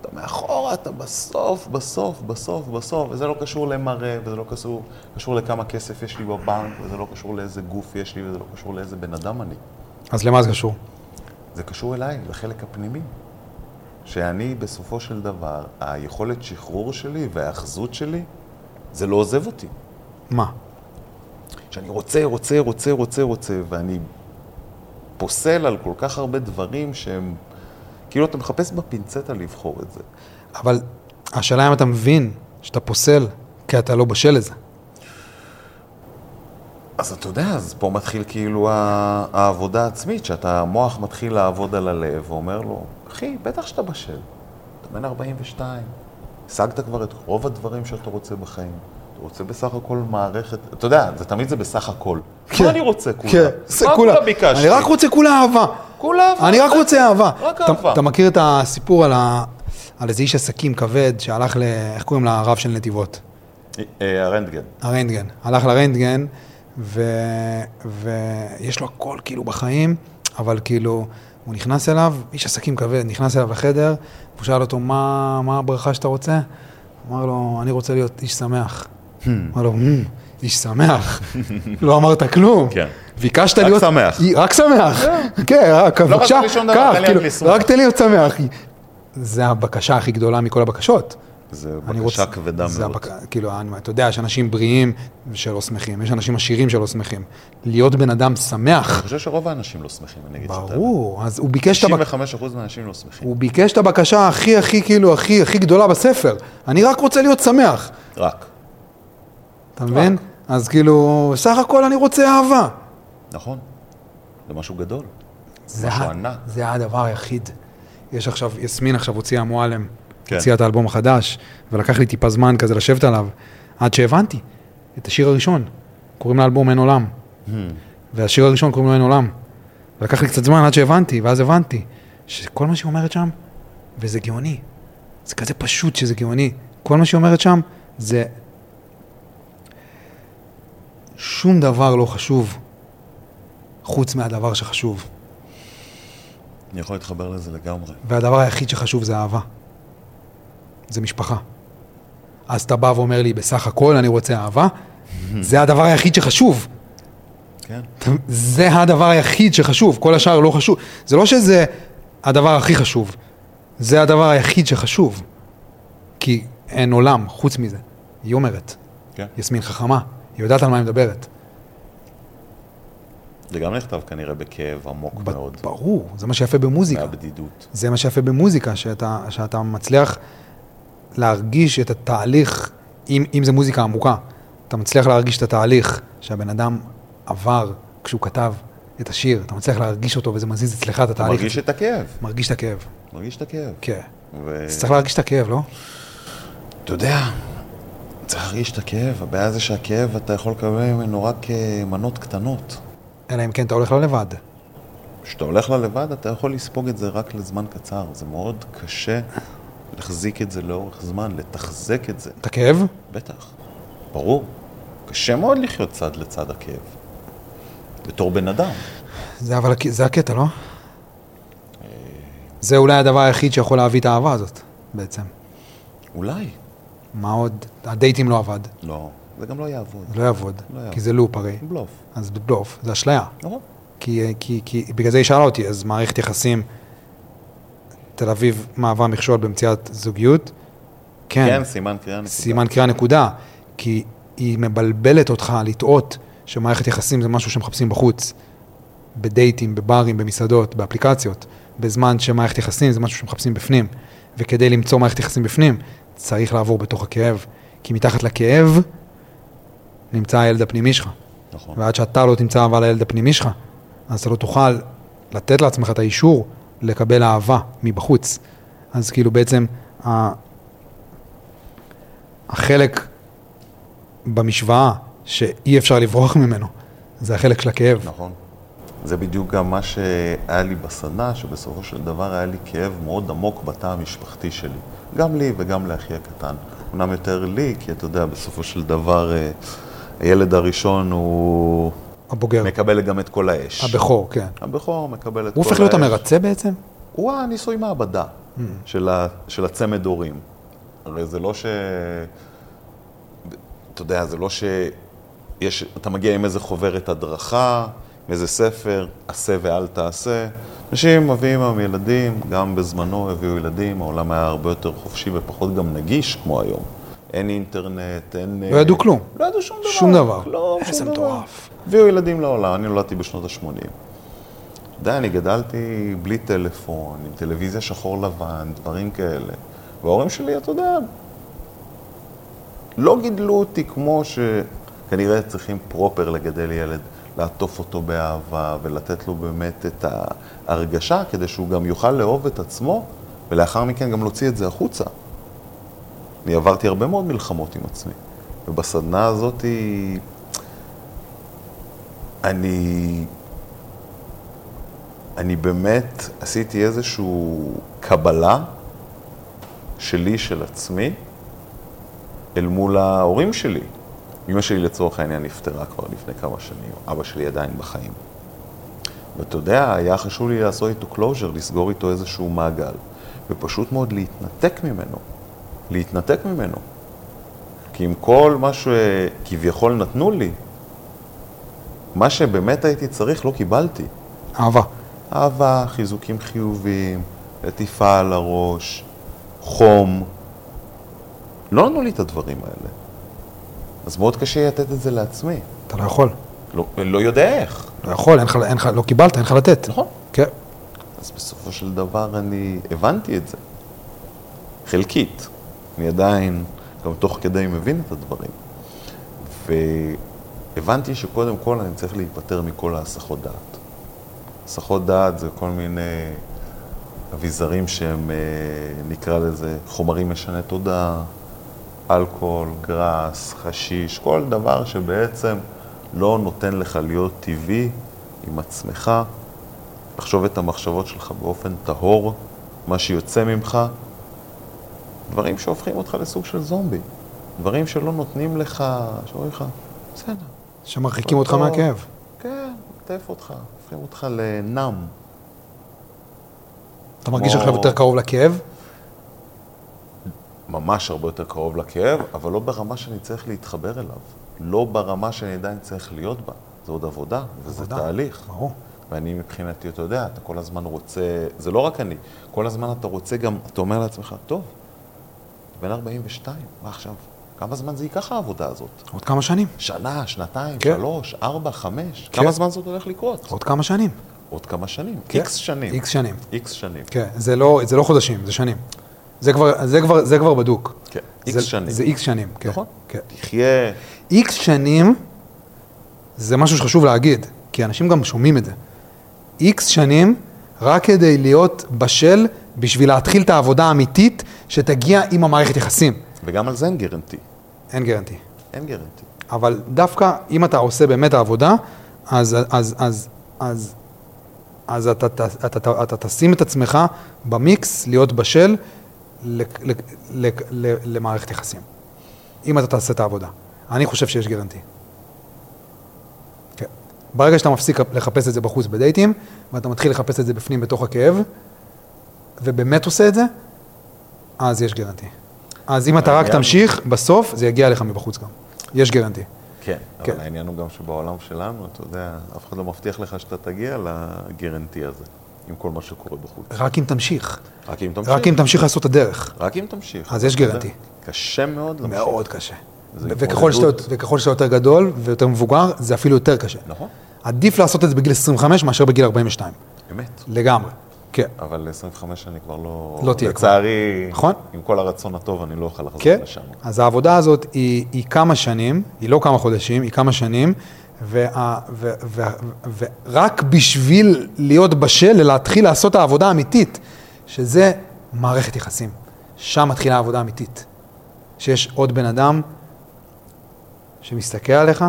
A: אתה מאחורה, אתה בסוף, בסוף, בסוף, בסוף, וזה לא קשור למראה, וזה לא קשור, קשור לכמה כסף יש לי בבנק, וזה לא קשור לאיזה גוף יש לי, וזה לא קשור לאיזה בן אדם אני.
B: אז למה זה קשור?
A: זה קשור אליי, לחלק הפנימי. שאני בסופו של דבר, היכולת שחרור שלי וההאחזות שלי, זה לא עוזב אותי.
B: מה?
A: שאני רוצה, רוצה, רוצה, רוצה, רוצה, ואני פוסל על כל כך הרבה דברים שהם... כאילו, אתה מחפש בפינצטה לבחור את זה.
B: אבל השאלה אם אתה מבין שאתה פוסל כי אתה לא בשל לזה.
A: אז אתה יודע, אז פה מתחיל כאילו ה- העבודה העצמית, שאתה, המוח מתחיל לעבוד על הלב ואומר לו, אחי, בטח שאתה בשל. אתה בן 42, השגת כבר את רוב הדברים שאתה רוצה בחיים. אתה רוצה בסך הכל מערכת, אתה יודע, זה תמיד זה בסך הכל.
B: כן.
A: מה אני רוצה כולה?
B: כן, זה
A: מה
B: כולה.
A: כולה ביקשתי?
B: אני רק רוצה כולה אהבה.
A: כולה אהבה.
B: אני רק רוצה אהבה.
A: רק
B: אתה-
A: אהבה.
B: אתה מכיר את הסיפור על ה- על איזה איש עסקים כבד שהלך ל... איך קוראים לה? הרב של נתיבות.
A: אה, הרנטגן.
B: הרנטגן. הלך לרנטגן, ו... ויש לו הכל כאילו בחיים, אבל כאילו, הוא נכנס אליו, איש עסקים כבד, נכנס אליו לחדר, והוא שאל אותו, מה, מה הברכה שאתה רוצה? הוא אמר לו, אני רוצה להיות איש שמח.
A: Hmm.
B: הוא אמר לו, "מ, איש שמח. לא אמרת כלום.
A: כן.
B: ביקשת
A: רק
B: להיות...
A: שמח.
B: אי- רק שמח. כן, רק,
A: לא
B: בבקשה,
A: רציתי שום דבר,
B: קח,
A: תן לי
B: כאילו,
A: רק לשמוח.
B: רק תן לי להיות שמח. זה הבקשה הכי גדולה מכל הבקשות.
A: זה
B: אני
A: בקשה כבדה
B: זה
A: מאוד.
B: הבק- כאילו, אני- אתה יודע, יש אנשים בריאים שלא שמחים, יש אנשים עשירים שלא שמחים. להיות בן אדם
A: אני
B: שמח,
A: חושב שרוב האנשים לא שמחים, אני אגיד שאתה...
B: ברור, אז הוא ביקש, את הבק...
A: 95% מהאנשים לא שמחים.
B: הוא ביקש את הבקשה הכי הכי כאילו, הכי הכי גדולה בספר. אני רק רוצה להיות שמח,
A: רק.
B: אתה מבין?
A: אה.
B: אז כאילו, סך הכל אני רוצה אהבה.
A: נכון. זה משהו גדול.
B: זה,
A: משהו
B: ה-
A: ענק.
B: זה הדבר היחיד. יש עכשיו, יסמין עכשיו הוציאה מועלם,
A: כן.
B: הוציאה את האלבום החדש, ולקח לי טיפה זמן כזה לשבת עליו, עד שהבנתי את השיר הראשון. קוראים לאלבום אין עולם. והשיר הראשון קוראים לו אין עולם. לקח לי קצת זמן עד שהבנתי, ואז הבנתי שכל מה שהיא אומרת שם, וזה גאוני. זה כזה פשוט שזה גאוני. כל מה שהיא אומרת שם, זה... שום דבר לא חשוב חוץ מהדבר שחשוב.
A: אני יכול להתחבר לזה לגמרי.
B: והדבר היחיד שחשוב זה אהבה. זה משפחה. אז אתה בא ואומר לי, בסך הכל אני רוצה אהבה? זה הדבר היחיד שחשוב.
A: כן.
B: אתה- זה הדבר היחיד שחשוב, כל השאר לא חשוב. זה לא שזה הדבר הכי חשוב, זה הדבר היחיד שחשוב. כי אין עולם חוץ מזה. היא אומרת,
A: כן.
B: יסמין חכמה, היא יודעת על מה היא מדברת.
A: זה גם נכתב כנראה בכאב עמוק
B: ב-
A: מאוד.
B: ברור, זה מה שיפה במוזיקה.
A: מהבדידות.
B: זה מה שיפה במוזיקה, שאתה, שאתה מצליח להרגיש את התהליך, אם, אם זה מוזיקה עמוקה, אתה מצליח להרגיש את התהליך שהבן אדם עבר כשהוא כתב את השיר, אתה מצליח להרגיש אותו וזה מזיז אצלך את
A: אתה
B: התהליך.
A: מרגיש אה. את הכאב.
B: מרגיש את הכאב,
A: מרגיש את הכאב.
B: כן.
A: ו-
B: אז צריך להרגיש את הכאב, לא?
A: אתה יודע, צריך להרגיש את הכאב. הבעיה זה שהכאב, אתה יכול לקבל ממנו רק אה, מנות קטנות.
B: אלא אם כן אתה הולך לא לבד.
A: כשאתה הולך לה לבד, אתה יכול לספוג את זה רק לזמן קצר. זה מאוד קשה להחזיק את זה לאורך זמן, לתחזק את זה.
B: את הכאב?
A: בטח, ברור. קשה מאוד לחיות צד לצד הכאב. בתור בן אדם.
B: זה אבל, הכ- זה הקטע, לא?
A: אה.
B: זה אולי הדבר היחיד שיכול להביא את האהבה הזאת, בעצם.
A: אולי.
B: מה עוד? הדייטים לא עבד,
A: לא. זה גם לא יעבוד.
B: זה לא יעבוד,
A: לא יעבוד.
B: כי זה לופ הרי.
A: בלוף.
B: אז בלוף, זה אשליה.
A: נכון.
B: כי, כי, כי בגלל זה היא שאלה אותי, אז מערכת יחסים, תל אביב מהווה מכשול במציאת זוגיות? כן.
A: כן, סימן קריאה נקודה.
B: סימן קריאה נקודה. כי היא מבלבלת אותך לטעות שמערכת יחסים זה משהו שמחפשים בחוץ. בדייטים, בברים, במסעדות, באפליקציות. בזמן שמערכת יחסים זה משהו שמחפשים בפנים. וכדי למצוא מערכת יחסים בפנים, צריך לעבור בתוך הכאב. כי מתחת לכאב נמצא הילד הפנימי שלך.
A: נכון.
B: ועד שאתה לא תמצא אהבה לילד הפנימי שלך, אז אתה לא תוכל לתת לעצמך את האישור לקבל אהבה מבחוץ. אז כאילו בעצם ה... החלק במשוואה שאי אפשר לברוח ממנו, זה החלק של הכאב.
A: נכון. זה בדיוק גם מה שהיה לי בסדנה, שבסופו של דבר היה לי כאב מאוד עמוק בתא המשפחתי שלי. גם לי וגם לאחי הקטן. אמנם יותר לי, כי אתה יודע, בסופו של דבר, אה, הילד הראשון הוא...
B: הבוגר,
A: מקבל גם את כל האש.
B: הבכור, כן.
A: הבכור מקבל את כל
B: הוא
A: האש.
B: הופך להיות המרצה בעצם?
A: הוא הניסוי מעבדה של, ה, של הצמד הורים. הרי זה לא ש... אתה יודע, זה לא ש... יש, אתה מגיע עם איזה חוברת הדרכה, עם איזה ספר, עשה ואל תעשה. אנשים מביאים היום ילדים, גם בזמנו הביאו ילדים, העולם היה הרבה יותר חופשי ופחות גם נגיש כמו היום. אין אינטרנט, אין...
B: לא ידעו כלום.
A: לא ידעו שום דבר.
B: שום דבר.
A: כלום,
B: איזה
A: שום דבר.
B: מטורף.
A: הביאו ילדים לעולם, אני נולדתי בשנות ה-80. אתה יודע, אני גדלתי בלי טלפון, עם טלוויזיה שחור לבן, דברים כאלה. וההורים שלי, אתה יודע, לא גידלו אותי כמו שכנראה צריכים פרופר לגדל ילד, לעטוף אותו באהבה ולתת לו באמת את ההרגשה, כדי שהוא גם יוכל לאהוב את עצמו, ולאחר מכן גם להוציא את זה החוצה. אני עברתי הרבה מאוד מלחמות עם עצמי, ובסדנה הזאת אני... אני באמת עשיתי איזושהי קבלה שלי, של עצמי, אל מול ההורים שלי. אמא שלי לצורך העניין נפטרה כבר לפני כמה שנים, אבא שלי עדיין בחיים. ואתה יודע, היה חשוב לי לעשות איתו closure, לסגור איתו איזשהו מעגל, ופשוט מאוד להתנתק ממנו. להתנתק ממנו. כי עם כל מה שכביכול נתנו לי, מה שבאמת הייתי צריך לא קיבלתי.
B: אהבה.
A: אהבה, חיזוקים חיוביים, לטיפה על הראש, חום. לא נתנו לי את הדברים האלה. אז מאוד קשה לתת את זה לעצמי.
B: אתה לא יכול.
A: לא, לא יודע איך.
B: לא יכול, אין לך, אין לך, לא קיבלת, אין לך לתת.
A: נכון.
B: כן.
A: אז בסופו של דבר אני הבנתי את זה. חלקית. אני עדיין, גם תוך כדי מבין את הדברים. והבנתי שקודם כל אני צריך להיפטר מכל ההסחות דעת. הסחות דעת זה כל מיני אביזרים שהם, אה, נקרא לזה, חומרים משני תודעה, אלכוהול, גראס, חשיש, כל דבר שבעצם לא נותן לך להיות טבעי עם עצמך, לחשוב את המחשבות שלך באופן טהור, מה שיוצא ממך, דברים שהופכים אותך לסוג של זומבי, דברים שלא נותנים לך, שאומרים לך, בסדר.
B: שמרחיקים
A: לא.
B: אותך מהכאב.
A: כן, עוטף אותך, הופכים אותך לנם.
B: אתה מרגיש
A: כמו-
B: עכשיו יותר קרוב לכאב?
A: ממש הרבה יותר קרוב לכאב, אבל לא ברמה שאני צריך להתחבר אליו. לא ברמה שאני עדיין צריך להיות בה. זה עוד עבודה, וזה
B: עבודה.
A: תהליך.
B: ברור.
A: ואני מבחינתי, אתה יודע, אתה כל הזמן רוצה, זה לא רק אני, כל הזמן אתה רוצה גם, אתה אומר לעצמך, טוב, בן 42, מה עכשיו? כמה זמן זה ייקח העבודה הזאת?
B: עוד כמה שנים.
A: שנה, שנתיים,
B: כן.
A: שלוש, ארבע, חמש?
B: כן.
A: כמה זמן זה עוד הולך לקרות?
B: עוד כמה שנים.
A: עוד כמה שנים,
B: כן.
A: איקס שנים.
B: איקס שנים.
A: איקס שנים,
B: כן, זה לא, זה לא חודשים, זה שנים. זה כבר, זה כבר, זה כבר בדוק.
A: כן.
B: זה-
A: איקס שנים.
B: זה איקס שנים, כן.
A: נכון?
B: כן.
A: תחיה,
B: איקס שנים, זה משהו שחשוב להגיד, כי אנשים גם שומעים את זה. איקס שנים, רק כדי להיות בשל, בשביל להתחיל את העבודה האמיתית, שתגיע עם המערכת יחסים.
A: וגם על זה אין גרנטי.
B: אין גרנטי.
A: אין גרנטי.
B: אבל דווקא אם אתה עושה באמת העבודה, אז, אז, אז, אז, אז אתה, אתה, אתה, אתה, אתה תשים את עצמך במיקס להיות בשל ל- ל- ל- ל- למערכת יחסים. אם אתה תעשה את העבודה. אני חושב שיש גרנטי. כן. ברגע שאתה מפסיק לחפש את זה בחוץ בדייטים, ואתה מתחיל לחפש את זה בפנים בתוך הכאב, ובאמת עושה את זה, אז יש גרנטי. אז אם אתה רק
A: העניין-
B: תמשיך, בסוף זה יגיע אליך מבחוץ גם. יש גרנטי.
A: כן, אבל
B: כן.
A: העניין הוא גם שבעולם שלנו, אתה יודע, אף אחד לא מבטיח לך שאתה תגיע לגרנטי הזה, עם כל מה שקורה בחוץ.
B: רק אם תמשיך.
A: רק אם תמשיך.
B: רק אם תמשיך לעשות את הדרך.
A: רק אם תמשיך.
B: אז יש
A: אתה יודע,
B: גרנטי.
A: לא קשה מאוד להמשיך.
B: מאוד קשה.
A: זה
B: ו- וככל שאתה,
A: התמודדות.
B: וככל שאתה יותר גדול ויותר מבוגר, זה אפילו יותר קשה.
A: נכון,
B: עדיף לעשות את זה בגיל 25 מאשר בגיל 42.
A: אמת.
B: לגמרי. כן.
A: אבל 25 אני כבר לא...
B: לא תהיה כבר.
A: לצערי,
B: נכון.
A: עם כל הרצון הטוב, אני לא אוכל לחזור
B: כן?
A: לשם.
B: אז העבודה הזאת היא, היא כמה שנים, היא לא כמה חודשים, היא כמה שנים, וה, ו, ו, ו, ורק בשביל להיות בשל ולהתחיל לעשות את העבודה האמיתית, שזה מערכת יחסים. שם מתחילה העבודה האמיתית. שיש עוד בן אדם שמסתכל עליך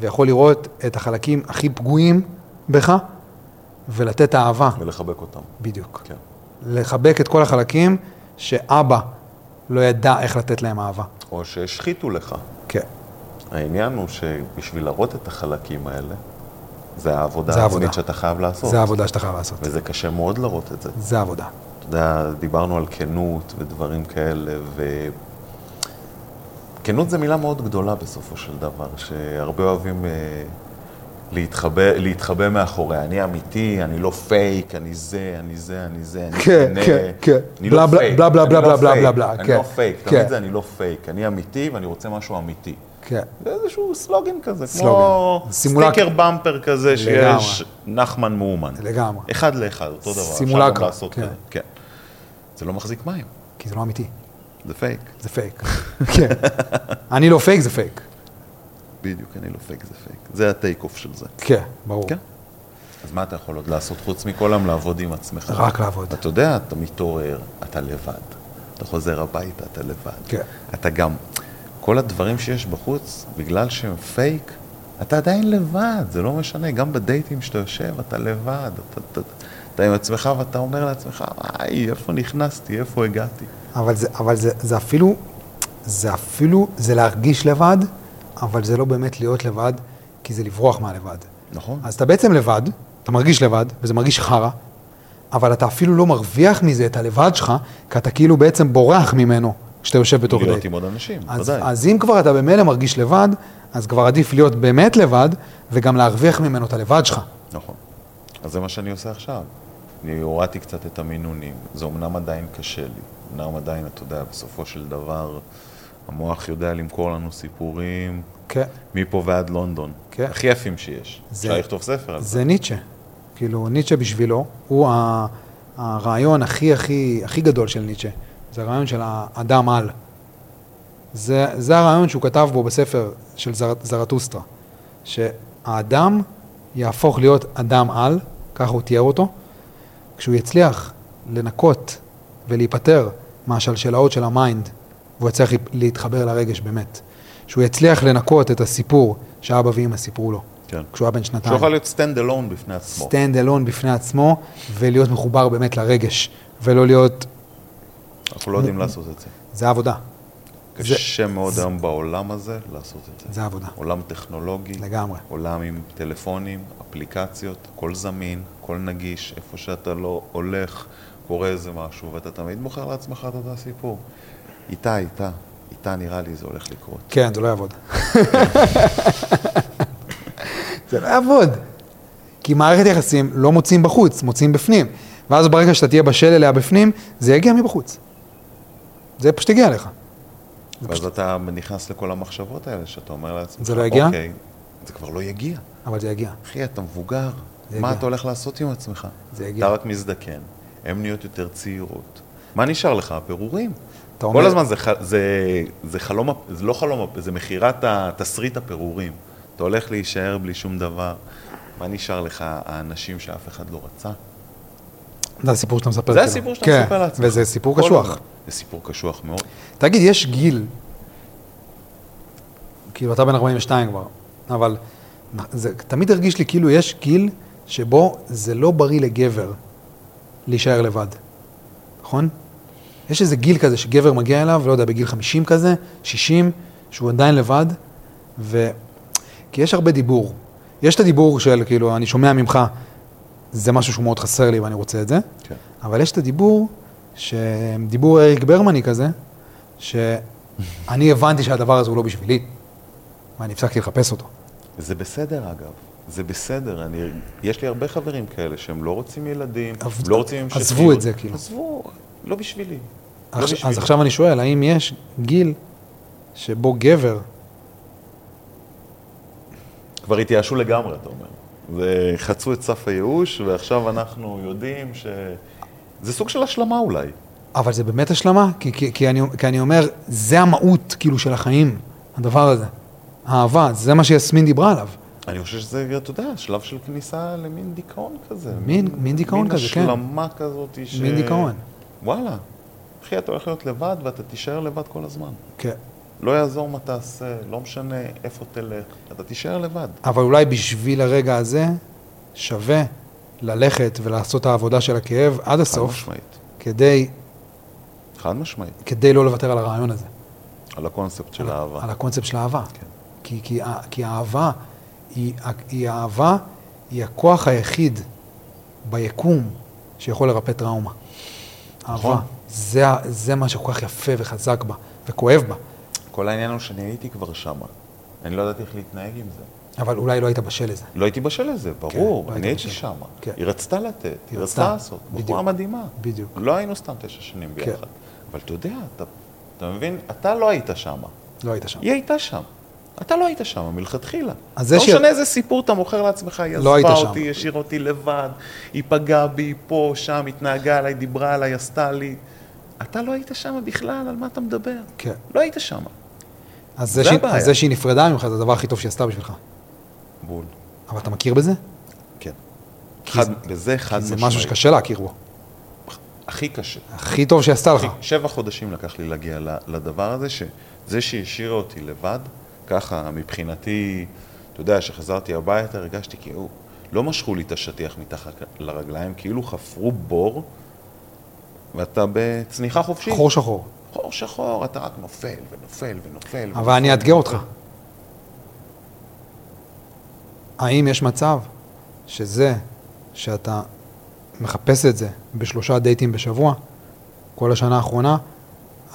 B: ויכול לראות את החלקים הכי פגועים בך ולתת אהבה.
A: ולחבק אותם.
B: בדיוק.
A: כן.
B: לחבק את כל החלקים שאבא לא ידע איך לתת להם אהבה.
A: או שהשחיתו לך.
B: כן.
A: העניין הוא שבשביל להראות את החלקים האלה, זה העבודה
B: זה העבודה.
A: העצמית שאתה חייב לעשות.
B: זה העבודה שאתה חייב לעשות.
A: וזה קשה מאוד להראות את זה.
B: זה העבודה.
A: אתה יודע, דיברנו על כנות ודברים כאלה, ו... כנות זו מילה מאוד גדולה בסופו של דבר, שהרבה אוהבים אה, להתחבא, להתחבא מאחוריה. אני אמיתי, אני לא פייק, אני זה, אני זה, אני זה, אני
B: כן,
A: כנה.
B: כן, כן.
A: אני
B: בלה,
A: לא
B: בלה,
A: פייק.
B: בלה, בלה,
A: אני
B: בלה,
A: לא
B: בלה, בלה,
A: פייק,
B: בלה, בלה,
A: אני
B: כן,
A: לא פייק,
B: כן.
A: תמיד זה אני לא פייק. אני אמיתי ואני רוצה משהו אמיתי.
B: כן.
A: זה איזשהו סלוגן כזה, כמו
B: סלוגן. סימולק-
A: סטיקר במפר כזה
B: לגמרי.
A: שיש נחמן מאומן.
B: לגמרי.
A: אחד לאחד, אותו דבר.
B: סימולקרה,
A: אפשר גם לעשות
B: כן.
A: כזה, כן. זה לא מחזיק מים.
B: כי זה לא אמיתי.
A: זה פייק.
B: זה פייק. כן. אני לא פייק, זה פייק.
A: בדיוק, אני לא פייק, זה פייק. זה הטייק אוף של זה.
B: כן, ברור.
A: כן. אז מה אתה יכול עוד לעשות חוץ מכולם לעבוד עם עצמך?
B: רק לעבוד.
A: אתה יודע, אתה מתעורר, אתה לבד. אתה חוזר הביתה, אתה לבד.
B: כן.
A: אתה גם, כל הדברים שיש בחוץ, בגלל שהם פייק, אתה עדיין לבד, זה לא משנה. גם בדייטים שאתה יושב, אתה לבד. אתה, אתה, אתה עם עצמך ואתה אומר לעצמך, וואי, איפה נכנסתי, איפה הגעתי?
B: אבל זה, אבל זה, זה אפילו, זה אפילו, זה להרגיש לבד, אבל זה לא באמת להיות לבד, כי זה לברוח מהלבד.
A: נכון.
B: אז אתה בעצם לבד, אתה מרגיש לבד, וזה מרגיש חרא, אבל אתה אפילו לא מרוויח מזה את הלבד שלך, כי אתה כאילו בעצם בורח ממנו כשאתה יושב בתור דייט.
A: להיות עם עוד אנשים,
B: אז,
A: ודאי.
B: אז אם כבר אתה במילא מרגיש לבד, אז כבר עדיף להיות באמת לבד, וגם להרוויח ממנו את הלבד שלך.
A: נכון. אז זה מה שאני עושה עכשיו. אני הורדתי קצת את המינונים. זה אמנם עדיין קשה לי. אמנם עדיין, אתה יודע, בסופו של דבר, המוח יודע למכור לנו סיפורים
B: כן.
A: מפה ועד לונדון.
B: כן.
A: הכי יפים שיש.
B: זה-
A: אפשר לכתוב ספר על זה.
B: זה ניטשה. כאילו, ניטשה בשבילו, הוא ה- הרעיון הכי הכי הכי גדול של ניטשה. זה הרעיון של האדם על. זה, זה הרעיון שהוא כתב בו בספר של זר, זרטוסטרה. שהאדם יהפוך להיות אדם על, ככה הוא תיאר אותו, כשהוא יצליח לנקות ולהיפטר מהשלשלאות של המיינד, והוא יצליח להתחבר לרגש באמת. שהוא יצליח לנקות את הסיפור שאבא ואמא סיפרו לו,
A: כן.
B: כשהוא היה בן שנתיים.
A: שיכול להיות stand alone בפני עצמו.
B: stand alone בפני עצמו, ולהיות מחובר באמת לרגש, ולא להיות,
A: אנחנו לא יודעים לעשות את זה.
B: זה עבודה, זה-
A: קשה מאוד היום בעולם הזה לעשות את זה.
B: זה עבודה,
A: עולם טכנולוגי,
B: לגמרי.
A: עולם עם טלפונים, אפליקציות, הכל זמין, הכל נגיש, איפה שאתה לא הולך, קורה איזה משהו, ואתה תמיד בוחר לעצמך את אותו סיפור. איתה, איתה, איתה נראה לי זה הולך לקרות.
B: כן, זה לא יעבוד. זה לא יעבוד. כי מערכת יחסים לא מוצאים בחוץ, מוצאים בפנים. ואז ברגע שאתה תהיה בשל אליה בפנים, זה יגיע מבחוץ. זה פשוט יגיע אליך.
A: ואז אתה נכנס לכל המחשבות האלה, שאתה אומר לעצמך,
B: זה לא יגיע?
A: אוקיי, זה כבר לא יגיע.
B: אבל זה יגיע.
A: אחי, אתה מבוגר,
B: זה
A: מה
B: יגיע.
A: אתה הולך לעשות עם עצמך?
B: זה יגיע.
A: אתה רק מזדקן, הן נהיות יותר צעירות. מה נשאר לך? הפירורים.
B: אתה אומר-
A: כל הזמן זה, ח- זה, זה חלום, הפ- זה לא חלום, הפ- זה מכירת ה- תסריט הפירורים. אתה הולך להישאר בלי שום דבר. מה נשאר לך האנשים שאף אחד לא רצה?
B: זה הסיפור שאתה מספר.
A: זה
B: כאילו.
A: הסיפור שאתה
B: כן,
A: מספר לעצמך.
B: וזה סיפור
A: כל
B: קשוח.
A: הזמן. זה סיפור קשוח מאוד.
B: תגיד, יש גיל, כאילו אתה בן 42 כבר, אבל זה תמיד הרגיש לי כאילו יש גיל שבו זה לא בריא לגבר להישאר לבד, נכון? יש איזה גיל כזה שגבר מגיע אליו, לא יודע, בגיל 50 כזה, 60, שהוא עדיין לבד, ו... כי יש הרבה דיבור. יש את הדיבור של, כאילו, אני שומע ממך, זה משהו שהוא מאוד חסר לי ואני רוצה את זה,
A: כן.
B: אבל יש את הדיבור, ש- דיבור אריק ברמני כזה, שאני הבנתי שהדבר הזה הוא לא בשבילי, ואני הפסקתי לחפש אותו.
A: לא זה בסדר אגב, זה בסדר. אני, יש לי הרבה חברים כאלה שהם לא רוצים ילדים,
B: עבד-
A: לא רוצים
B: עזבו
A: המשכיות.
B: את זה, כאילו.
A: עזבו, לא בשבילי. לא
B: אז,
A: בשבילי.
B: אז עכשיו אני שואל, האם יש גיל שבו גבר,
A: כבר התייאשו לגמרי, אתה אומר. זה חצו את סף הייאוש, ועכשיו אנחנו יודעים ש... זה סוג של השלמה אולי.
B: אבל זה באמת השלמה? כי, כי, כי, אני, כי אני אומר, זה המהות, כאילו, של החיים, הדבר הזה. אהבה, זה מה שיסמין דיברה עליו.
A: אני חושב שזה, אתה יודע, שלב של כניסה למין דיכאון כזה.
B: מין- מין דיכאון כזה, כן.
A: מין השלמה כזאת ש...
B: מין דיכאון.
A: וואלה, אחי, אתה הולך להיות לבד, ואתה תישאר לבד כל הזמן.
B: כן.
A: לא יעזור מה תעשה, לא משנה איפה תלך, אתה תישאר לבד.
B: אבל אולי בשביל הרגע הזה, שווה ללכת ולעשות את העבודה של הכאב עד
A: חד
B: הסוף,
A: משמעית.
B: כדי,
A: חד משמעית.
B: כדי לא לוותר על הרעיון הזה.
A: על הקונספט של
B: על-
A: האהבה.
B: על הקונספט של אהבה.
A: כן.
B: כי, כי, ה- כי האהבה היא, ה- היא האהבה, היא הכוח היחיד ביקום שיכול לרפא טראומה. אהבה.
A: נכון.
B: זה, ה- זה מה שכל כך יפה וחזק בה, וכואב בה.
A: כל העניין הוא שאני הייתי כבר שמה. אני לא ידעתי איך להתנהג עם זה.
B: אבל אולי לא היית בשל לזה.
A: לא הייתי בשל לזה,
B: לא
A: ברור,
B: היית
A: אני הייתי
B: בשל.
A: שם.
B: כן.
A: היא רצתה לתת,
B: היא
A: היא
B: רצתה,
A: רצתה לעשות,
B: בדיוק.
A: בחורה מדהימה.
B: בדיוק.
A: לא היינו סתם תשע שנים
B: כן.
A: ביחד. אבל אתה יודע, אתה- אתה מבין, אתה לא היית שם.
B: לא היית שם.
A: היא הייתה שם. אתה לא היית שם מלכתחילה.
B: אז זה
A: לא
B: ש-
A: משנה איזה סיפור אתה מוכר לעצמך, היא
B: לא היית
A: עזבה
B: שם.
A: אותי, השאירה אותי לבד, היא פגעה בי פה, שם, התנהגה עליי, דיברה עליי, עשתה לי. אתה לא היית שם בכלל, על מה אתה מדבר?
B: כן.
A: לא היית שם.
B: אז זה,
A: זה
B: שהיא,
A: הבעיה.
B: אז זה שהיא נפרדה ממך, זה הדבר הכי טוב שהיא עשתה בשבילך.
A: בול.
B: אבל אתה מכיר בזה?
A: כן.
B: כי
A: חד,
B: זה-
A: בזה חד
B: כי
A: משמעית.
B: זה משהו שקשה להכיר בו.
A: הכי קשה.
B: הכי טוב שהיא עשתה לך.
A: אחי, שבע חודשים לקח לי להגיע ל- לדבר הזה, שזה שהיא השאירה אותי לבד, ככה מבחינתי, אתה יודע, כשחזרתי הביתה הרגשתי כאילו, לא משכו לי את השטיח מתחת לרגליים, כאילו חפרו בור, ואתה בצניחה חופשית.
B: חור שחור.
A: חור שחור, אתה רק נופל ונופל ונופל.
B: אבל אני אאתגר אותך. האם יש מצב שזה שאתה מחפש את זה בשלושה דייטים בשבוע, כל השנה האחרונה,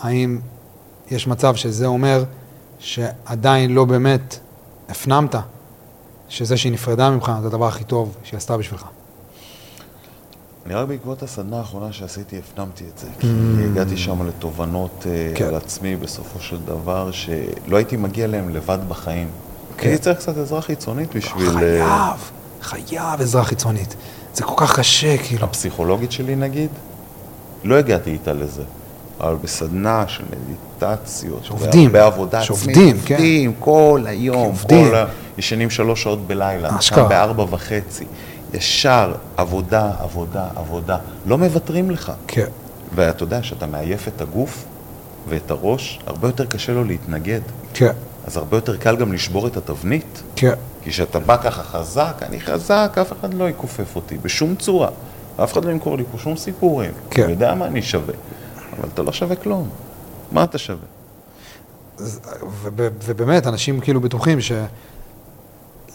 B: האם יש מצב שזה אומר שעדיין לא באמת הפנמת שזה שהיא נפרדה ממך זה הדבר הכי טוב שהיא עשתה בשבילך?
A: אני רק בעקבות הסדנה האחרונה שעשיתי, הפנמתי את זה. כי הגעתי שם לתובנות אה,
B: Mm. כן.
A: על עצמי בסופו של דבר, שלא הייתי מגיע אליהם לבד בחיים.
B: כן.
A: הייתי צריך קצת עזרה חיצונית בשביל... אה,
B: חייב, חייב עזרה חיצונית. זה כל כך קשה, כאילו.
A: הפסיכולוגית שלי נגיד, לא הגעתי איתה לזה. אבל בסדנה של מדיטציות,
B: שעובדים,
A: והרבה עבודה
B: שעובדים, כן.
A: עובדים כל היום,
B: עובדים.
A: כל ה... ישנים שלוש שעות בלילה,
B: אשכרה.
A: קם בארבע וחצי, ישר עבודה, עבודה, עבודה, לא מוותרים לך.
B: כן.
A: ואתה יודע, כשאתה מעייף את הגוף ואת הראש, הרבה יותר קשה לו להתנגד.
B: כן,
A: אז הרבה יותר קל גם לשבור את התבנית.
B: כן.
A: כי כשאתה בא ככה חזק, אני חזק, אף אחד לא יכופף אותי בשום צורה. אף אחד לא ימכור לי פה שום סיפורים.
B: כן.
A: הוא יודע מה אני שווה. אבל אתה לא שווה כלום. מה אתה שווה?
B: אז- וב- ובאמת, אנשים כאילו בטוחים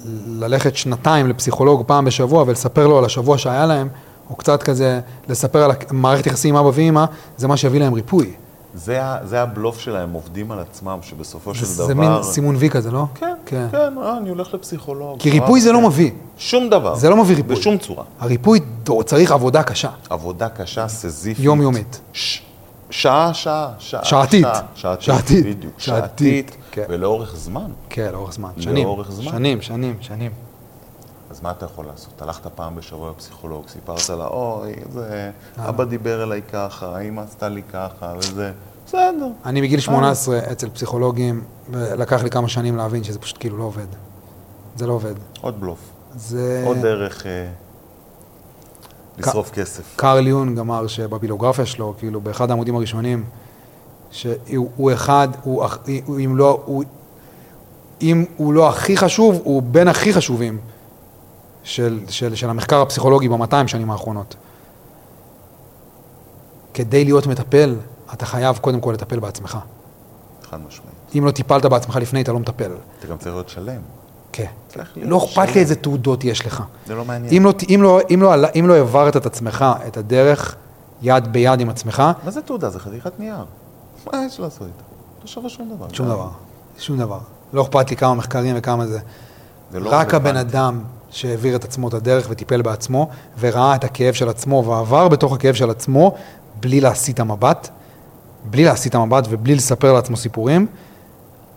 B: שללכת שנתיים לפסיכולוג פעם בשבוע ולספר לו על השבוע שהיה להם, או קצת כזה לספר על הק- מערכת יחסים עם אבא ואימא, זה מה שיביא להם ריפוי.
A: זה, ה- זה הבלוף שלהם, עובדים על עצמם, שבסופו של
B: זה,
A: דבר...
B: זה מין סימון וי כזה, לא?
A: כן, כן, כן, אה, אני הולך לפסיכולוג.
B: כי
A: אה,
B: ריפוי זה
A: כן.
B: לא מביא.
A: שום דבר.
B: זה לא מביא ריפוי.
A: בשום צורה.
B: הריפוי דו- צריך עבודה קשה.
A: עבודה קשה, סזיפית.
B: יומיומית.
A: ש- שעה, שעה, שעה.
B: שעתית.
A: שעה, שעתית,
B: שעתית.
A: בדיוק.
B: שעתית,
A: שעתית,
B: כן.
A: ולאורך זמן.
B: כן, לאורך זמן. שנים.
A: לאורך זמן.
B: שנים, שנים, שנים.
A: אז מה אתה יכול לעשות? הלכת פעם בשבוע לפסיכולוג, סיפרת לה, אוי, זה,
B: אה.
A: אבא דיבר אליי ככה, אמא עשתה לי ככה, וזה, בסדר.
B: אני בגיל 18 אצל פסיכולוגים, ולקח לי כמה שנים להבין שזה פשוט כאילו לא עובד. זה לא עובד.
A: עוד בלוף,
B: זה...
A: עוד דרך אה, לשרוף כסף.
B: קרל יונג אמר שבביוגרפיה שלו, כאילו, באחד העמודים הראשונים, שהוא הוא אחד, הוא, אח- הוא, אם לא, הוא, אם הוא לא הכי חשוב, הוא בין הכי חשובים של, של, של המחקר הפסיכולוגי ב-200 שנים האחרונות. כדי להיות מטפל, אתה חייב קודם כל לטפל בעצמך.
A: חד משמעית.
B: אם לא טיפלת בעצמך לפני, אתה לא מטפל.
A: אתה גם צריך להיות שלם.
B: כן.
A: צריך להיות
B: לא אכפת לי
A: שלם.
B: איזה תעודות יש לך.
A: זה לא מעניין.
B: אם לא, אם, לא, אם, לא, עלה- אם לא העברת את עצמך, את הדרך, יד ביד עם עצמך,
A: מה זה תעודה? זה חתיכת נייר. מה יש לעשות איתה? לא שווה שום דבר.
B: שום דבר. שום דבר. לא אכפת לי כמה מחקרים וכמה זה.
A: זה לא
B: רק הבן
A: רלוונטי.
B: אדם שהעביר את עצמו את הדרך וטיפל בעצמו, וראה את הכאב של עצמו ועבר בתוך הכאב של עצמו, בלי להסיט את המבט, בלי להסיט את המבט ובלי לספר לעצמו סיפורים,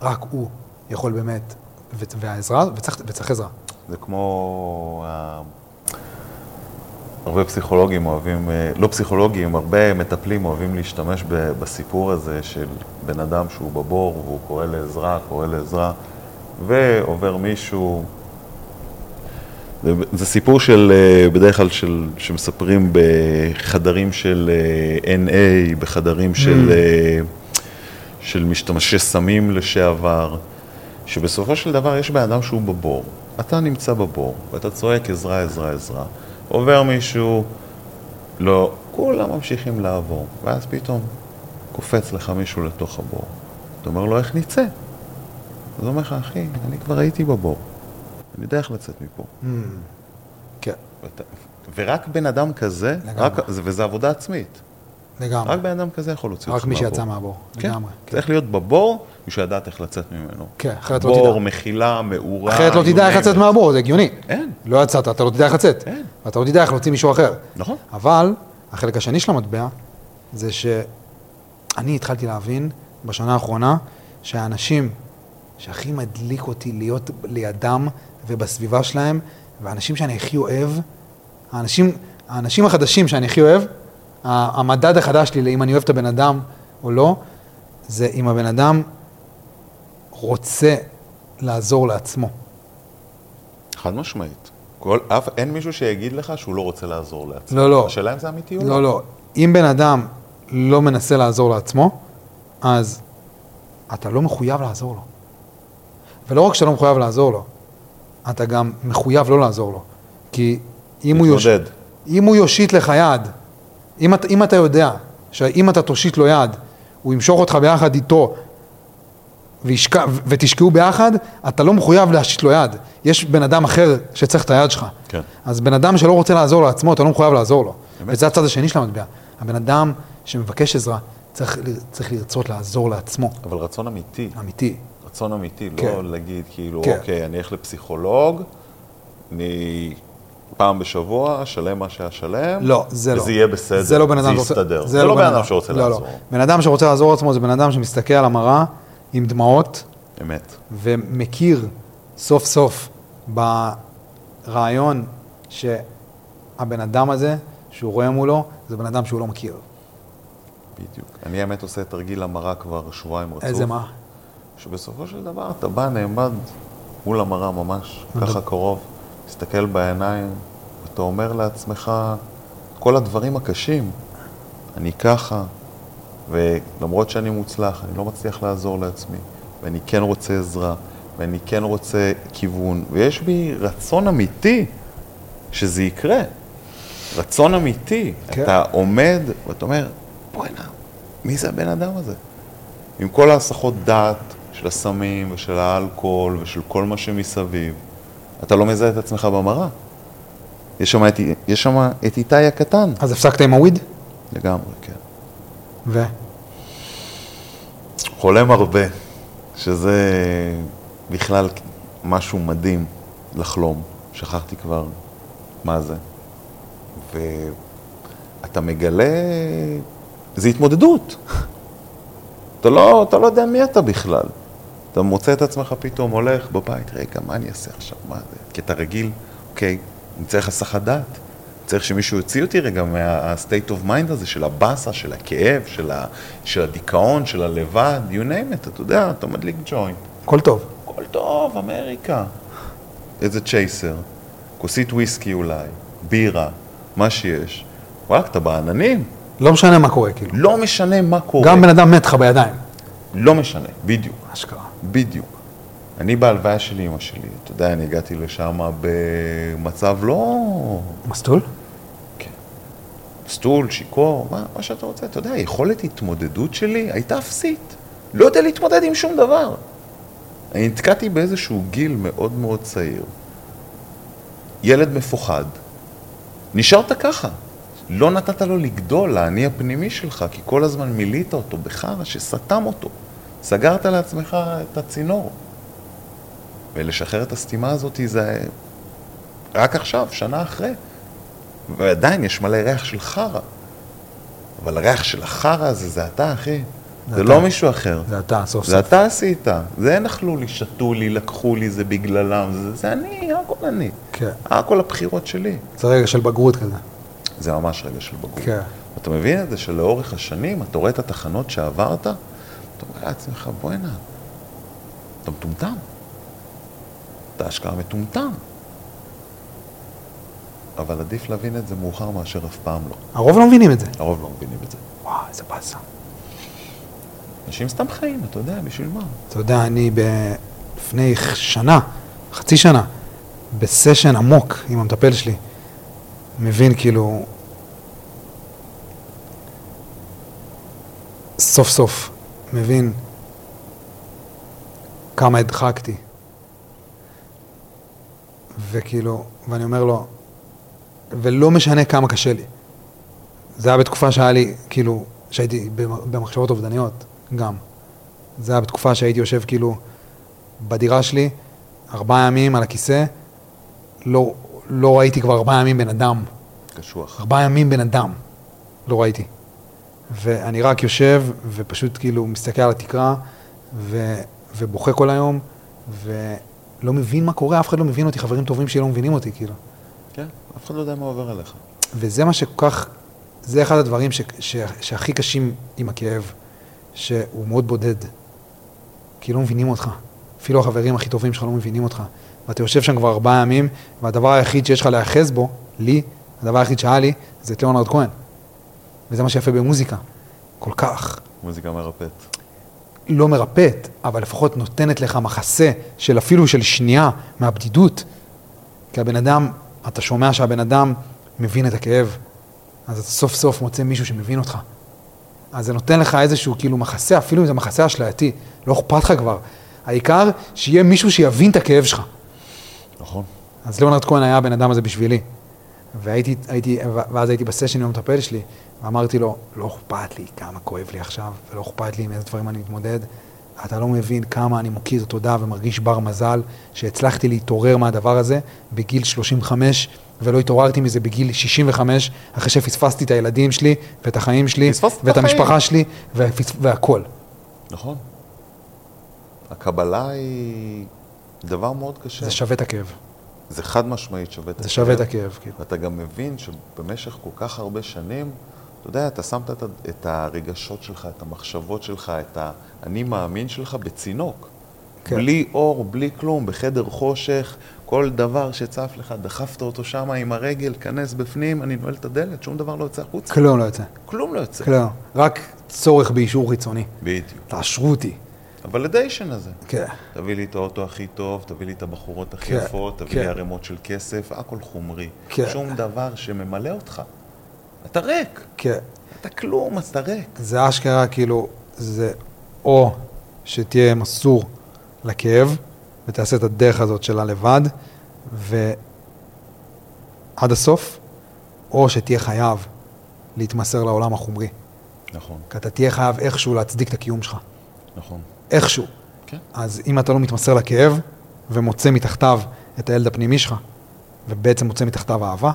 B: רק הוא יכול באמת, ו- והעזרה, וצריך, וצריך עזרה.
A: זה כמו... ה- הרבה פסיכולוגים אוהבים, אה, לא פסיכולוגים, הרבה מטפלים אוהבים להשתמש ב- בסיפור הזה של בן אדם שהוא בבור והוא קורא לעזרה, קורא לעזרה, ועובר מישהו... זה, זה סיפור של, אה, בדרך כלל של, שמספרים בחדרים של אה, NA, בחדרים של, אה, של משתמשי סמים לשעבר. שבסופו של דבר יש בן אדם שהוא בבור. אתה נמצא בבור, ואתה צועק עזרה, עזרה, עזרה. עובר מישהו, לא, כולם ממשיכים לעבור, ואז פתאום קופץ לך מישהו לתוך הבור. אתה אומר לו, איך נצא? אז הוא אומר לך, אחי, אני כבר הייתי בבור. אני יודע איך לצאת מפה.
B: כן,
A: ואתה- ורק בן אדם כזה,
B: לגמרי.
A: רק, וזו עבודה עצמית,
B: לגמרי.
A: רק בן אדם כזה יכול להוציא אותך
B: רק מי
A: מהבור.
B: שיצא מהבור,
A: כן,
B: לגמרי. כן.
A: צריך להיות בבור בשביל לדעת איך לצאת ממנו.
B: כן, אחרת לא
A: בור,
B: תדע.
A: מחילה, מאורה.
B: אחרת לא
A: you
B: תדע איך
A: name
B: לצאת
A: it.
B: מהבור, זה הגיוני.
A: אין.
B: לא יצאת, אתה לא תדע איך לצאת.
A: אין.
B: ואתה לא תדע איך להוציא מישהו אחר.
A: נכון.
B: אבל, החלק השני של המטבע, זה שאני התחלתי להבין בשנה האחרונה, שהאנשים שהכי מדליק אותי להיות לידם ובסביבה שלהם, והאנשים שאני הכי אוהב, האנשים, האנשים החדשים שאני הכי אוהב, ה- המדד החדש שלי לאם אני אוהב את הבן אדם או לא, זה אם הבן אדם רוצה לעזור לעצמו.
A: חד משמעית. כל, אף, אין מישהו שיגיד לך שהוא לא רוצה לעזור לעצמו.
B: לא, לא.
A: השאלה אם זה אמיתי או
B: לא, לא. אם בן אדם לא מנסה לעזור לעצמו, אז אתה לא מחויב לעזור לו. ולא רק שאתה לא מחויב לעזור לו, אתה גם מחויב לא לעזור לו. כי אם הוא, יוש...
A: להתמודד.
B: אם הוא יושיט לך יד, אם, אתה- אם אתה יודע שאם אתה תושיט לו יד, הוא ימשוך אותך ביחד איתו וישק... ו- ותשקעו ביחד, אתה לא מחויב להשיט לו יד. יש בן אדם אחר שצריך את היד שלך.
A: כן.
B: אז בן אדם שלא רוצה לעזור לעצמו, אתה לא מחויב לעזור לו.
A: אמת.
B: וזה הצד השני של המטבע. הבן אדם שמבקש עזרה, צריך, ל- צריך לרצות לעזור לעצמו,
A: אבל רצון אמיתי.
B: אמיתי.
A: רצון אמיתי, לא
B: כן.
A: להגיד כאילו,
B: כן.
A: אוקיי, אני אלך לפסיכולוג, אני פעם בשבוע אשלם מה שאשלם,
B: לא, זה לא.
A: וזה יהיה בסדר,
B: זה לא בן אדם
A: זה יסתדר.
B: זה
A: זה לא בן אדם
B: אדם-
A: שרוצה
B: לא, לא.
A: לעזור.
B: בן אדם שרוצה לעזור לעצמו זה בן אדם שמסתכל על המראה עם דמעות
A: אמת.
B: ומכיר סוף סוף ברעיון שהבן אדם הזה, שהוא רואה מולו, זה בן אדם שהוא לא מכיר.
A: בדיוק. אני האמת עושה את תרגיל המראה כבר שבועיים רצוף.
B: איזה מה?
A: שבסופו של דבר אתה בא, נעמד מול המראה ממש,
B: מדבר.
A: ככה קרוב, מסתכל בעיניים, ואתה אומר לעצמך, כל הדברים הקשים, אני ככה, ולמרות שאני מוצלח, אני לא מצליח לעזור לעצמי, ואני כן רוצה עזרה, ואני כן רוצה כיוון, ויש בי רצון אמיתי שזה יקרה. רצון אמיתי.
B: כן.
A: כן. אתה עומד ואתה אומר, בוא'נה, מי זה הבן אדם הזה? עם כל ההסחות דעת של הסמים ושל האלכוהול ושל כל מה שמסביב, אתה לא מזהה את עצמך במראה. יש שם את, יש שם את איתי הקטן.
B: אז הפסקת עם הוויד?
A: לגמרי, כן.
B: ו?
A: חולם הרבה, שזה בכלל משהו מדהים לחלום. שכחתי כבר מה זה. ואתה מגלה... זה התמודדות. אתה לא, אתה לא יודע מי אתה בכלל. אתה מוצא את עצמך פתאום הולך בבית, רגע, מה אני אעשה עכשיו? מה זה? כי אתה רגיל, אוקיי, אני צריך הסחת דעת. צריך שמישהו יוציא אותי רגע מה-state of mind הזה של הבאסה, של הכאב, של, ה, של הדיכאון, של הלבד, you name it, אתה יודע, אתה מדליק ג'וינט.
B: הכל טוב.
A: הכל טוב, אמריקה. איזה צ'ייסר, כוסית וויסקי אולי, בירה, מה שיש. וואלכ, אתה בעננים.
B: לא משנה מה קורה, כאילו.
A: לא משנה מה קורה.
B: גם בן אדם מת לך בידיים.
A: לא משנה, בדיוק.
B: אשכרה.
A: בדיוק. אני בהלוויה של אימא שלי, אתה יודע, אני הגעתי לשם במצב לא
B: מסטול?
A: סטול, שיכור, מה, מה שאתה רוצה. אתה יודע, יכולת התמודדות שלי הייתה אפסית. לא יודע להתמודד עם שום דבר. אני נתקעתי באיזשהו גיל מאוד מאוד צעיר. ילד מפוחד. נשארת ככה. לא נתת לו לגדול, לאני הפנימי שלך, כי כל הזמן מילאת אותו בחרא שסתם אותו. סגרת לעצמך את הצינור. ולשחרר את הסתימה הזאת זה רק עכשיו, שנה אחרי. ועדיין יש מלא ריח של חרא. אבל הריח של החרא הזה זה אתה, אחי.
B: זה
A: זה
B: אתה.
A: לא מישהו אחר.
B: זה אתה, סוף
A: זה
B: סוף.
A: אתה עשית, זה הם אכלו לי, שתו לי, לקחו לי, זה בגללם, זה, זה אני, הכל אני,
B: כן.
A: הכל הבחירות שלי.
B: זה רגע של בגרות כזה.
A: זה ממש רגע של בגרות.
B: כן.
A: אתה מבין את זה שלאורך השנים, אתה רואה את התחנות שעברת, אתה אומר לעצמך, בוא'נה, אתה מטומטם. אתה אשכרה מטומטם. אבל עדיף להבין את זה מאוחר מאשר אף פעם לא.
B: הרוב לא מבינים את זה.
A: הרוב לא מבינים את זה.
B: וואו, איזה באסה.
A: אנשים סתם חיים, אתה יודע, בשביל מה?
B: אתה יודע, אני ב... לפני שנה, חצי שנה, בסשן עמוק עם המטפל שלי, מבין כאילו... סוף סוף מבין כמה הדחקתי. וכאילו, ואני אומר לו, ולא משנה כמה קשה לי. זה היה בתקופה שהיה לי, כאילו, שהייתי במ- במחשבות אובדניות, גם. זה היה בתקופה שהייתי יושב כאילו בדירה שלי, ארבעה ימים על הכיסא, לא, לא ראיתי כבר ארבעה ימים בן אדם.
A: קשוח.
B: ארבעה ימים בן אדם, לא ראיתי. ואני רק יושב ופשוט כאילו מסתכל על התקרה ו, ובוכה כל היום, ולא מבין מה קורה, אף אחד לא מבין אותי, חברים טובים שלי לא מבינים אותי כאילו.
A: כן, אף אחד לא יודע מה עובר עליך.
B: וזה מה שכל כך, זה אחד הדברים ש, ש, שהכי קשים עם הכאב, שהוא מאוד בודד. כי לא מבינים אותך. אפילו החברים הכי טובים שלך לא מבינים אותך. ואתה יושב שם כבר ארבעה ימים, והדבר היחיד שיש לך להיאחז בו, לי, הדבר היחיד שהיה לי, זה את ליאונרד כהן. וזה מה שיפה במוזיקה. כל כך.
A: מוזיקה מרפאת.
B: לא מרפאת, אבל לפחות נותנת לך מחסה של אפילו של שנייה מהבדידות. כי הבן אדם, אתה שומע שהבן אדם מבין את הכאב, אז אתה סוף סוף מוצא מישהו שמבין אותך. אז זה נותן לך איזשהו כאילו מחסה, אפילו אם זה מחסה אשלייתי, לא אכפת לך כבר. העיקר שיהיה מישהו שיבין את הכאב שלך.
A: נכון.
B: אז ליאונרד כהן היה הבן אדם הזה בשבילי. והייתי, הייתי, ואז הייתי בסשן עם המטפל שלי, ואמרתי לו, לא אכפת לי כמה כואב לי עכשיו, ולא אכפת לי עם איזה דברים אני מתמודד. אתה לא מבין כמה אני מוקיר תודה ומרגיש בר מזל שהצלחתי להתעורר מהדבר הזה בגיל 35, ולא התעוררתי מזה בגיל 65, אחרי שפספסתי את הילדים שלי, ואת החיים שלי,
A: פספסת את
B: ואת
A: החיים.
B: המשפחה שלי, והפס... והכול.
A: נכון. הקבלה היא דבר מאוד קשה.
B: זה שווה את הכאב.
A: זה חד משמעית שווה את
B: זה שווה את הכאב, כאילו.
A: ואתה גם מבין שבמשך כל כך הרבה שנים, אתה יודע, אתה שמת את, ה- את הרגשות שלך, את המחשבות שלך, את האני מאמין שלך בצינוק.
B: כן.
A: כן. בלי אור, בלי כלום, בחדר חושך, כל דבר שצף לך, דחפת אותו שמה עם הרגל, כנס בפנים, אני נועל את הדלת, שום דבר לא יוצא החוצה.
B: כלום לא יוצא.
A: כלום לא יוצא.
B: כלום. רק צורך באישור חיצוני.
A: בדיוק.
B: תאשרו אותי.
A: הוולדיישן הזה.
B: כן.
A: תביא לי את האוטו הכי טוב, תביא לי את הבחורות הכי
B: כן,
A: יפות, תביא
B: כן.
A: לי ערימות של כסף, הכל חומרי.
B: כן.
A: שום דבר שממלא אותך. אתה ריק.
B: כן.
A: אתה כלום, אתה ריק.
B: זה אשכרה כאילו, זה או שתהיה מסור לכאב, ותעשה את הדרך הזאת שלה לבד, ועד הסוף, או שתהיה חייב להתמסר לעולם החומרי.
A: נכון,
B: כי אתה תהיה חייב איכשהו להצדיק את הקיום שלך.
A: נכון.
B: איכשהו.
A: כן.
B: אז אם אתה לא מתמסר לכאב, ומוצא מתחתיו את הילד הפנימי שלך, ובעצם מוצא מתחתיו אהבה,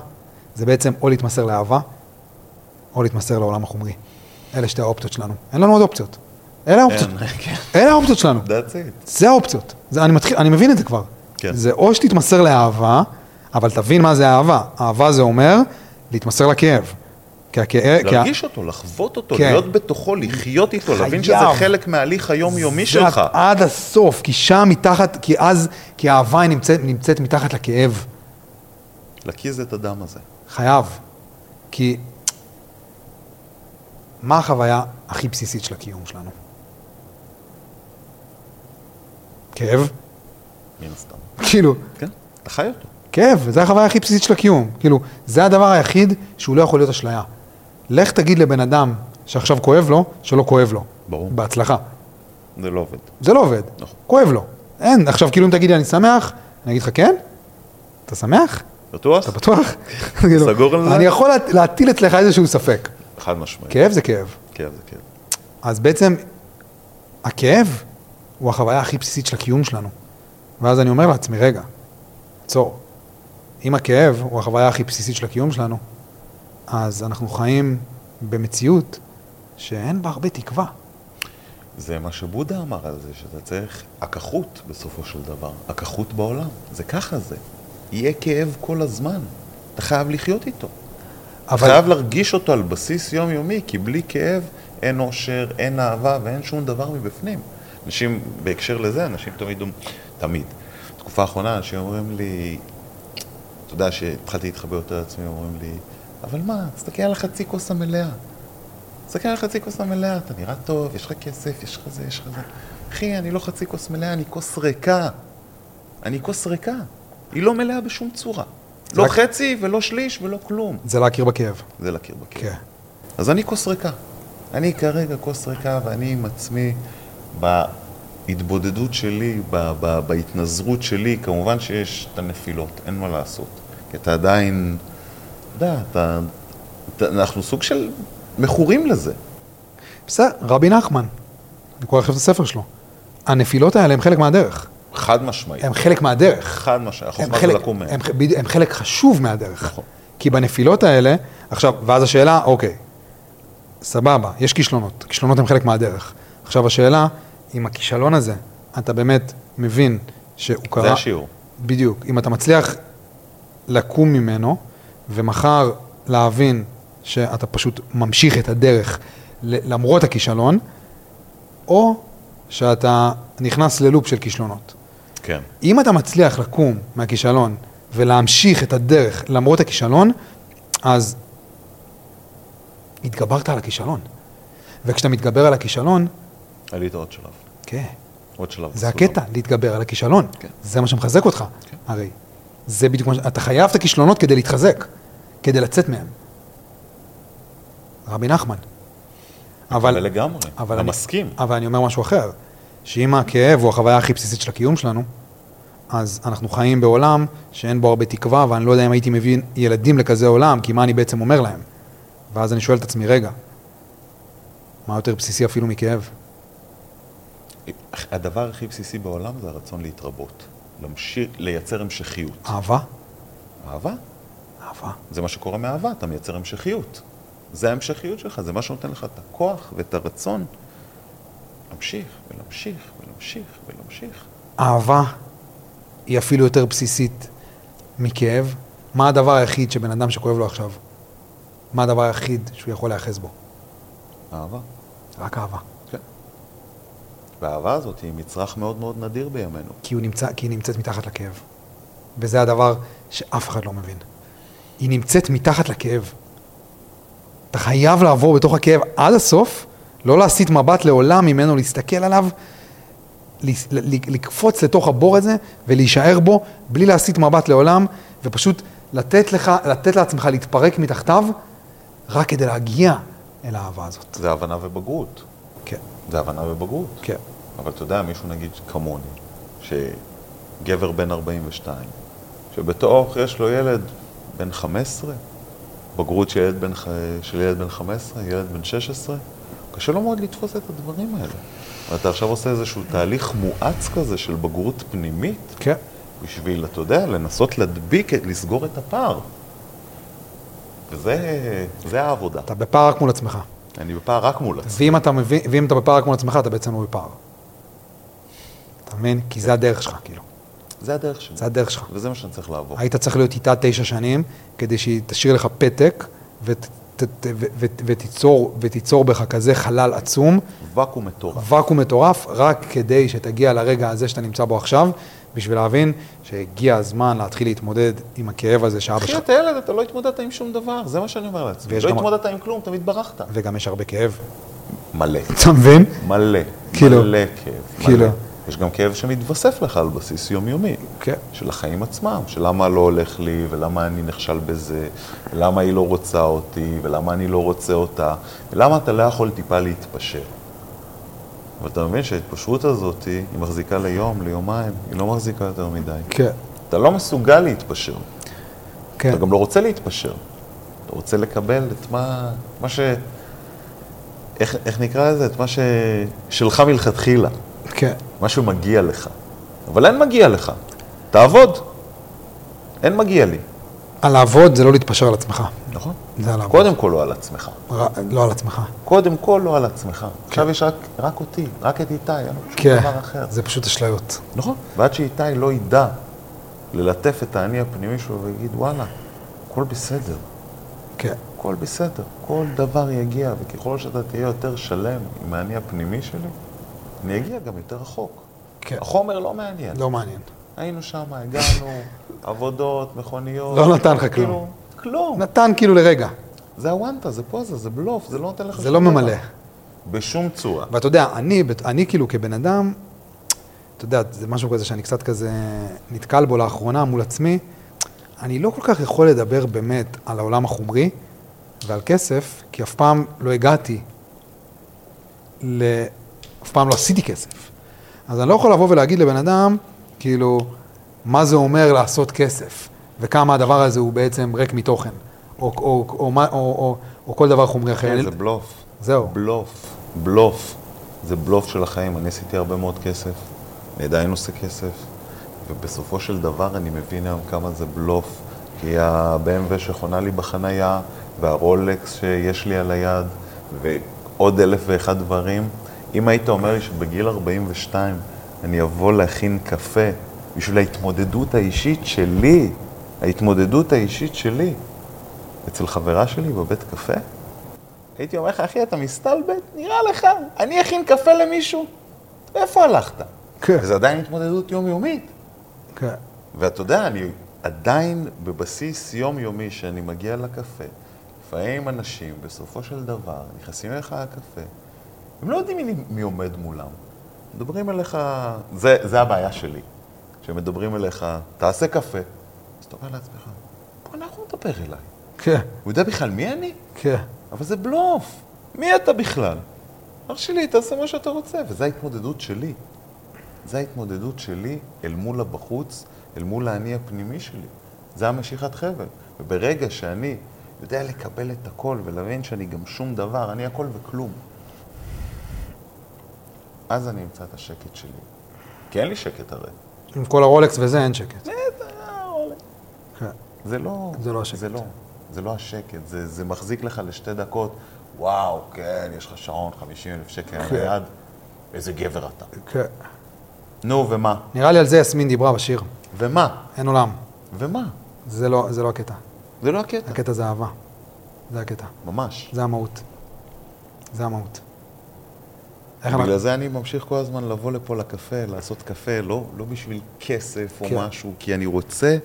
B: זה בעצם או להתמסר לאהבה, או להתמסר לעולם החומרי. אלה שתי האופציות שלנו. אין לנו עוד אופציות. אלה האופציות.
A: אין, כן.
B: אלה האופציות שלנו.
A: That's it.
B: זה האופציות. זה, אני, מתחיל, אני מבין את זה כבר.
A: כן.
B: זה או שתתמסר לאהבה, אבל תבין מה זה אהבה. אהבה זה אומר להתמסר לכאב. כי הכאב... כי ה-
A: להרגיש אותו, לחוות אותו,
B: כן.
A: להיות בתוכו, לחיות איתו, להבין שזה
B: חייב.
A: חלק מההליך היומיומי
B: זה
A: שלך.
B: עד הסוף, כי שם מתחת, כי אז, כי האהבה היא נמצאת, נמצאת מתחת לכאב,
A: להקיז את הדם הזה.
B: חייב. כי מה החוויה הכי בסיסית של הקיום שלנו? כאב?
A: מן הסתם.
B: כאילו,
A: כן, אתה חי אותו.
B: כאב, זו החוויה הכי בסיסית של הקיום. כאילו, זה הדבר היחיד שהוא לא יכול להיות אשליה. לך תגיד לבן אדם שעכשיו כואב לו, שלא כואב לו.
A: ברור.
B: בהצלחה.
A: זה לא עובד.
B: זה לא עובד.
A: נכון.
B: כואב לו. אין, עכשיו כאילו אם תגיד לי אני שמח, אני אגיד לך כן? אתה שמח?
A: בטוח?
B: אתה בטוח? כאילו,
A: סגור על זה?
B: אני יכול לה- להטיל אצלך איזשהו ספק.
A: חד משמעית.
B: כאב זה כאב.
A: כן, זה כן.
B: אז בעצם, הכאב הוא החוויה הכי בסיסית של הקיום שלנו. ואז אני אומר לעצמי, רגע, עצור. אם הכאב הוא החוויה הכי בסיסית של הקיום שלנו, אז אנחנו חיים במציאות שאין בה הרבה תקווה.
A: זה מה שבודה אמר על זה, שאתה צריך הכחות בסופו של דבר, הכחות בעולם, זה ככה זה. יהיה כאב כל הזמן, אתה חייב לחיות איתו. אבל... חייב להרגיש אותו על בסיס יומיומי, כי בלי כאב אין אושר, אין אהבה ואין שום דבר מבפנים. אנשים, בהקשר לזה, אנשים תמיד, אומ- תמיד, בתקופה האחרונה אנשים אומרים לי, אתה יודע שהתחלתי להתחבר יותר לעצמי, אומרים לי, אבל מה, תסתכל על החצי כוס המלאה. תסתכל על חצי כוס המלאה, אתה נראה טוב, יש לך כסף, יש לך זה, יש לך זה. אחי, אני לא חצי כוס מלאה, אני כוס ריקה. אני כוס ריקה. היא לא מלאה בשום צורה. לא
B: רק-
A: חצי ולא שליש ולא כלום.
B: זה להכיר בכאב.
A: זה להכיר בכאב.
B: כן.
A: אז אני כוס ריקה. אני כרגע כוס ריקה, ואני עם עצמי, בהתבודדות שלי, ב- ב- בהתנזרות שלי, כמובן שיש את הנפילות, אין מה לעשות. כי אתה עדיין, אתה יודע, אתה, אתה, אנחנו סוג של מכורים לזה.
B: בסדר, רבי נחמן, אני קורא עכשיו את הספר שלו. הנפילות האלה הם חלק מהדרך.
A: חד משמעית.
B: הם חלק מהדרך.
A: חד משמעית.
B: הם
A: החוכמה זה
B: חלק,
A: לקום מהם.
B: הם, ח- בדיוק, הם חלק חשוב מהדרך.
A: נכון.
B: כי בנפילות האלה, עכשיו, ואז השאלה, אוקיי, סבבה, יש כישלונות, כישלונות הם חלק מהדרך. עכשיו השאלה, אם הכישלון הזה, אתה באמת מבין שהוא קרה...
A: זה השיעור.
B: בדיוק. אם אתה מצליח לקום ממנו, ומחר להבין שאתה פשוט ממשיך את הדרך ל- למרות הכישלון, או שאתה נכנס ללופ של כישלונות.
A: כן.
B: אם אתה מצליח לקום מהכישלון ולהמשיך את הדרך למרות הכישלון, אז התגברת על הכישלון. וכשאתה מתגבר על הכישלון,
A: עלית עוד שלב.
B: כן,
A: עוד שלב.
B: זה
A: בסולם.
B: הקטע, להתגבר על הכישלון.
A: כן.
B: זה מה שמחזק אותך,
A: כן.
B: הרי. זה בדיוק מה ש... אתה חייב את הכישלונות כדי להתחזק, כדי לצאת מהם. רבי נחמן.
A: כן, אבל לגמרי.
B: אבל
A: אתה
B: אני-
A: מסכים.
B: אבל אני אומר משהו אחר, שאם הכאב הוא החוויה הכי בסיסית של הקיום שלנו, אז אנחנו חיים בעולם שאין בו הרבה תקווה, ואני לא יודע אם הייתי מביא ילדים לכזה עולם, כי מה אני בעצם אומר להם? ואז אני שואל את עצמי, רגע, מה יותר בסיסי אפילו מכאב?
A: הדבר הכי בסיסי בעולם זה הרצון להתרבות. להמשיך, לייצר המשכיות.
B: אהבה?
A: אהבה?
B: אהבה.
A: זה מה שקורה מאהבה, אתה מייצר המשכיות. זה ההמשכיות שלך, זה מה שנותן לך את הכוח ואת הרצון. להמשיך ולהמשיך ולהמשיך ולהמשיך.
B: אהבה היא אפילו יותר בסיסית מכאב. מה הדבר היחיד שבן אדם שכואב לו עכשיו, מה הדבר היחיד שהוא יכול להיאחז בו?
A: אהבה.
B: רק אהבה.
A: כן. והאהבה הזאת היא מצרך מאוד מאוד נדיר בימינו.
B: כי, הוא נמצא, כי היא נמצאת מתחת לכאב. וזה הדבר שאף אחד לא מבין. היא נמצאת מתחת לכאב. אתה חייב לעבור בתוך הכאב עד הסוף, לא להסיט מבט לעולם ממנו, להסתכל עליו, ל- ל- לקפוץ לתוך הבור הזה ולהישאר בו בלי להסיט מבט לעולם, ופשוט לתת, לך, לתת לעצמך להתפרק מתחתיו, רק כדי להגיע אל האהבה הזאת.
A: זה הבנה ובגרות.
B: כן,
A: זה הבנה ובגרות.
B: כן.
A: אבל אתה יודע, מישהו נגיד כמוני, שגבר בן 42, שבתוך יש לו ילד בן 15, בגרות של ילד בן, ח- של ילד בן 15, ילד בן 16, קשה לו מאוד לתפוס את הדברים האלה. ואתה עכשיו עושה איזשהו תהליך מואץ כזה של בגרות פנימית,
B: כן.
A: בשביל, אתה יודע, לנסות להדביק, לסגור את הפער. וזה זה העבודה.
B: אתה בפער רק מול עצמך.
A: אני בפער רק מול עצמי.
B: ואם אתה, מבין, ואם אתה בפער כמו עצמך, אתה בעצם לא בפער. אתה מבין? כי זה הדרך שלך, כאילו.
A: זה הדרך שלי.
B: זה הדרך שלך.
A: וזה מה שאני צריך לעבור.
B: היית צריך להיות איתה תשע שנים, כדי שהיא תשאיר לך פתק, ות, ת, ת, ו, ו, ותיצור, ותיצור בך כזה חלל עצום,
A: ואקום מטורף.
B: ואקום מטורף, רק כדי שתגיע לרגע הזה שאתה נמצא בו עכשיו, בשביל להבין שהגיע הזמן להתחיל להתמודד עם הכאב הזה שאבא
A: אחי,
B: שלך...
A: אתה ילד, אתה לא התמודדת עם שום דבר, זה מה שאני אומר לעצמי.
B: ויש
A: לא
B: גם-
A: התמודדת עם כלום, תמיד ברחת.
B: וגם יש הרבה כאב.
A: מלא.
B: אתה מבין?
A: מלא.
B: כאילו.
A: מלא כאב.
B: כאילו.
A: מלא. יש גם כאב שמתווסף לך על בסיס יומיומי.
B: כן.
A: של החיים עצמם, של למה לא הולך לי, ולמה אני נכשל בזה, ולמה היא לא רוצה אותי, ולמה אני לא רוצה אותה, ולמה אתה לא יכול טיפה להתפשר. אבל אתה מבין שההתפשרות הזאת, היא מחזיקה ליום, ליומיים, היא לא מחזיקה יותר מדי.
B: כן.
A: אתה לא מסוגל להתפשר.
B: כן.
A: אתה גם לא רוצה להתפשר. אתה רוצה לקבל את מה, מה ש... איך, איך נקרא לזה? את מה ש... שלך מלכתחילה.
B: כן.
A: מה שמגיע לך. אבל אין מגיע לך. תעבוד. אין מגיע לי.
B: הלעבוד זה לא להתפשר על עצמך.
A: נכון.
B: זה הלעבוד.
A: קודם כל לא על עצמך.
B: ר- לא על עצמך.
A: קודם כל לא על עצמך. עכשיו יש רק, רק אותי, רק את איתי, אין שום
B: כן,
A: דבר אחר.
B: זה פשוט אשליות.
A: נכון. ועד שאיתי לא ידע ללטף את האני הפנימי שלו ויגיד, וואלה, הכל בסדר.
B: כן,
A: הכל בסדר, כל דבר יגיע, וככל שאתה תהיה יותר שלם עם האני הפנימי שלי, אני אגיע גם יותר רחוק.
B: כן.
A: החומר לא מעניין.
B: לא מעניין.
A: היינו שם, הגענו, עבודות, מכוניות.
B: לא נתן לך
A: כאילו,
B: כלום.
A: כלום.
B: נתן כאילו לרגע,
A: זה הוואנטה, זה פוזה, זה בלוף, זה לא נותן לך
B: זה
A: שום
B: לא
A: דבר.
B: ממלא.
A: בשום צורה.
B: ואתה יודע, אני, בת- אני כאילו כבן אדם, אתה יודע, זה משהו כזה שאני קצת כזה נתקל בו לאחרונה מול עצמי, אני לא כל כך יכול לדבר באמת על העולם החומרי ועל כסף, כי אף פעם לא הגעתי ל... אף פעם לא עשיתי כסף. אז אני לא יכול לבוא ולהגיד לבן אדם, כאילו, מה זה אומר לעשות כסף, וכמה הדבר הזה הוא בעצם ריק מתוכן, או, או, או, או, או, או, או כל דבר חומרי אחר.
A: כן,
B: אני-
A: זה בלוף.
B: זהו.
A: בלוף, בלוף. זה בלוף של החיים. אני עשיתי הרבה מאוד כסף, אני עדיין עושה כסף, ובסופו של דבר אני מבין היום כמה זה בלוף. כי ה-BMW שחונה לי בחנייה, והרולקס שיש לי על היד, ועוד אלף ואחד דברים. אם היית אומר לי שבגיל 42 אני אבוא להכין קפה בשביל ההתמודדות האישית שלי, ההתמודדות האישית שלי, אצל חברה שלי בבית קפה, הייתי אומר לך, אחי, אתה מסתלבט? נראה לך, אני אכין קפה למישהו. איפה הלכת?
B: כן.
A: וזה עדיין התמודדות יומיומית.
B: כן.
A: ואתה יודע, אני עדיין בבסיס יומיומי, שאני מגיע לקפה, לפעמים אנשים, בסופו של דבר, נכנסים אליך לקפה, הם לא יודעים מי, מי עומד מולם. מדברים אליך, זה, זה הבעיה שלי, שמדברים אליך, תעשה קפה. אז אתה אומר לעצמך, בוא'נה, איך הוא מדבר אליי?
B: כן.
A: הוא יודע בכלל מי אני?
B: כן.
A: אבל זה בלוף. מי אתה בכלל? אח שלי, תעשה מה שאתה רוצה. וזו ההתמודדות שלי. זו ההתמודדות שלי אל מול הבחוץ, אל מול האני הפנימי שלי. זה המשיכת חבל. וברגע שאני יודע לקבל את הכל ולהבין שאני גם שום דבר, אני הכל וכלום, אז אני אמצא את השקט שלי. כי אין לי שקט הרי.
B: עם כל הרולקס וזה אין שקט. כן.
A: זה לא...
B: זה לא השקט.
A: זה לא, זה לא השקט, זה, זה מחזיק לך לשתי דקות, וואו, כן, יש לך שעון, 50 אלף שקל על
B: כן.
A: היד, איזה גבר אתה.
B: כן.
A: נו, ומה?
B: נראה לי על זה יסמין דיברה בשיר.
A: ומה?
B: אין עולם.
A: ומה?
B: זה לא, זה לא הקטע.
A: זה לא הקטע.
B: הקטע זה אהבה. זה הקטע.
A: ממש.
B: זה המהות. זה המהות. איך
A: בגלל
B: אנחנו...
A: זה אני ממשיך כל הזמן לבוא לפה לקפה, לעשות קפה, לא, לא בשביל כסף או
B: כן.
A: משהו, כי אני רוצה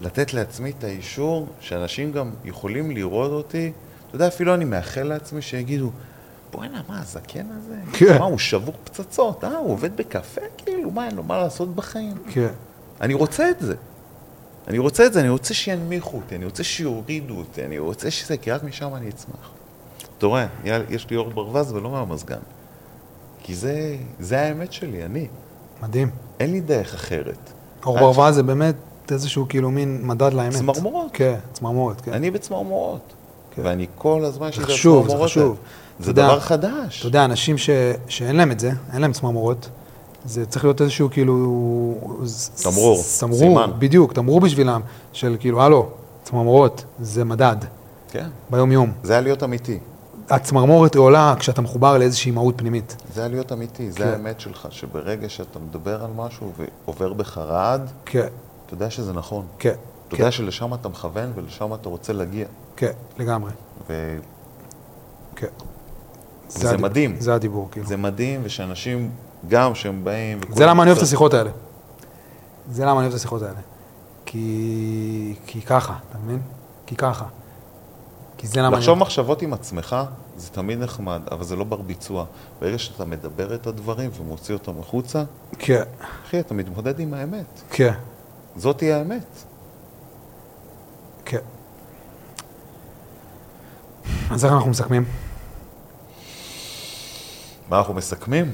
A: לתת לעצמי את האישור שאנשים גם יכולים לראות אותי. אתה יודע, אפילו אני מאחל לעצמי שיגידו, בואנה, מה, הזקן הזה?
B: כן.
A: מה, הוא שבור פצצות, אה, הוא עובד בקפה? כאילו, מה, אין לו מה לעשות בחיים?
B: כן.
A: אני רוצה את זה. אני רוצה את זה, אני רוצה שינמיכו אותי, אני רוצה שיורידו אותי, אני רוצה שזה, כי רק משם אני אצמח. אתה רואה, יאל- יש לי אור ברווז ולא מהמזגן. כי זה, זה האמת שלי, אני.
B: מדהים.
A: אין לי דרך אחרת.
B: אור
A: את-
B: ברווז זה באמת איזשהו כאילו מין מדד לאמת.
A: צמרמורות.
B: כן, צמרמורת, כן.
A: אני בצמרמורות.
B: כן.
A: ואני כל הזמן
B: זה
A: שזה אה.
B: חשוב, זה
A: הצמרמורות
B: חשוב.
A: האלה.
B: אתה
A: זה
B: יודע-
A: דבר חדש.
B: אתה יודע, אנשים ש... שאין להם את זה, אין להם צמרמורות, זה צריך להיות איזשהו כאילו... ז-
A: תמרור,
B: סמרור,
A: סימן.
B: בדיוק, תמרור בשבילם, של כאילו, הלו, צמרמורות, זה מדד,
A: כן.
B: ביום-יום.
A: זה היה להיות אמיתי.
B: הצמרמורת עולה כשאתה מחובר לאיזושהי מהות פנימית.
A: זה היה להיות אמיתי, זה
B: כן.
A: האמת שלך, שברגע שאתה מדבר על משהו ועובר בך רעד,
B: כן,
A: אתה יודע שזה נכון.
B: כן,
A: אתה
B: כן,
A: יודע שלשם אתה מכוון ולשם אתה רוצה להגיע.
B: כן, לגמרי,
A: ו...
B: כן.
A: וזה מדהים.
B: זה הדיבור, כאילו.
A: זה מדהים, ושאנשים, גם שהם באים... וכולם-
B: זה למה אני אוהב את השיחות האלה. זה למה אני אוהב את השיחות האלה. כי... כי ככה, אתה מבין? כי ככה. כי זה למה אני...
A: לחשוב מחשבות עם עצמך, זה תמיד נחמד, אבל זה לא בר ביצוע. ברגע שאתה מדבר את הדברים ומוציא אותם החוצה,
B: כן,
A: אחי, אתה מתמודד עם האמת.
B: כן,
A: זאת היא האמת.
B: כן. אז איך אנחנו מסכמים?
A: מה אנחנו מסכמים?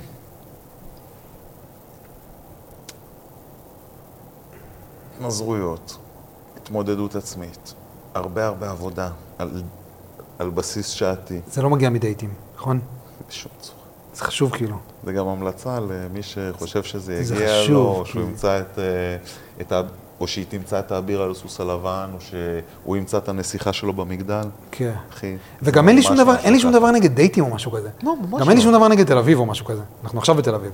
A: התמזרויות, התמודדות עצמית, הרבה הרבה עבודה על, על בסיס שעתי,
B: זה לא מגיע מדייטים, נכון?
A: בשום צורה.
B: זה חשוב כאילו.
A: זה גם המלצה למי שחושב שזה
B: זה
A: יגיע
B: חשוב,
A: לו, או
B: כי-
A: שהוא ימצא את, אה, את ה... או שהיא תמצא את האביר על הסוס הלבן, או שהוא ימצא את הנסיכה שלו במגדל.
B: כן.
A: אחי.
B: וגם
A: זה
B: אין לי שום
A: ממש
B: דבר,
A: משהו
B: אין לי שום
A: ככה.
B: דבר נגד דייטים או משהו כזה.
A: לא, ממש
B: גם אין לי
A: לא.
B: שום דבר נגד תל אביב או משהו כזה. אנחנו עכשיו בתל אביב.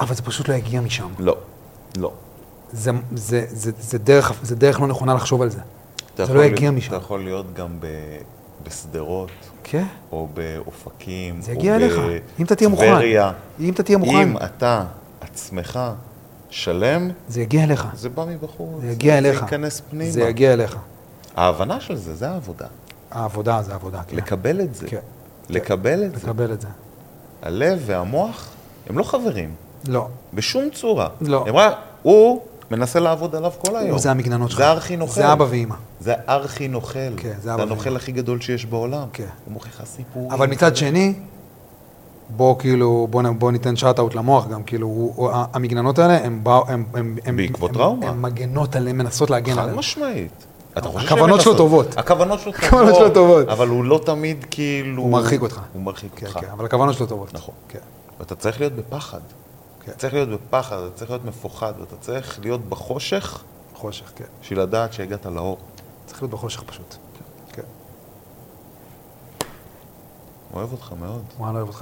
B: אבל זה פשוט לא יגיע משם.
A: לא, לא.
B: זה, זה, זה, זה, דרך, זה דרך לא נכונה לחשוב על זה.
A: אתה
B: זה
A: יכול
B: לא
A: להיות-
B: יגיע משם.
A: אתה יכול להיות גם ב... בשדרות,
B: כן?
A: או באופקים,
B: זה
A: או
B: יגיע אליך, אם אתה תהיה מוכן.
A: בטבריה.
B: אם אתה תהיה מוכן,
A: אם אתה עצמך שלם,
B: זה יגיע אליך.
A: זה בא מבחוץ.
B: זה יגיע אליך.
A: זה ייכנס פנימה.
B: זה יגיע אליך.
A: ההבנה של זה, זה העבודה.
B: העבודה זה עבודה. כן.
A: לקבל את זה.
B: כן.
A: לקבל את זה.
B: לקבל את זה.
A: הלב והמוח הם לא חברים,
B: לא.
A: בשום צורה.
B: לא.
A: הם רק, הוא מנסה לעבוד עליו כל היום.
B: הוא זה המגננות שלך.
A: זה ארכי נוכל.
B: זה אבא ואימא.
A: זה ארכי נוכל.
B: כן, זה
A: זה
B: אבא
A: הנוכל
B: ואמא.
A: הכי גדול שיש בעולם.
B: כן.
A: הוא מוכר לך סיפורים.
B: אבל מצד שני, בוא כאילו, בוא, נ- בוא ניתן שאט-אאוט למוח גם, כאילו, הוא, הוא- ה- המגננות האלה, הם באו, הם, הם, הם,
A: בעקבות
B: הם,
A: טראומה.
B: הם מגנות עליהן, מנסות להגן
A: חד
B: עליהן.
A: משמעית. אתה חושב
B: כן. הכוונות
A: שהן
B: שלו
A: מנסות.
B: טובות.
A: הכוונות שלו טובות.
B: הכוונות שלו טובות.
A: אבל הוא לא תמיד כאילו...
B: הוא מרחיק אותך.
A: הוא מרחיק
B: כן,
A: אותך.
B: כן, אבל הכוונות שלו טובות.
A: נכון.
B: כן.
A: ואתה צריך להיות בפחד.
B: כן.
A: אתה צריך להיות בפחד, אתה צריך להיות מפוחד, ואתה צריך להיות בחושך
B: חושך, כן.
A: בשביל לדעת שהגעת לאור.
B: צריך להיות בחושך פשוט. כן.
A: אוהב אותך מאוד.
B: וואלה, לא אוהב אותך.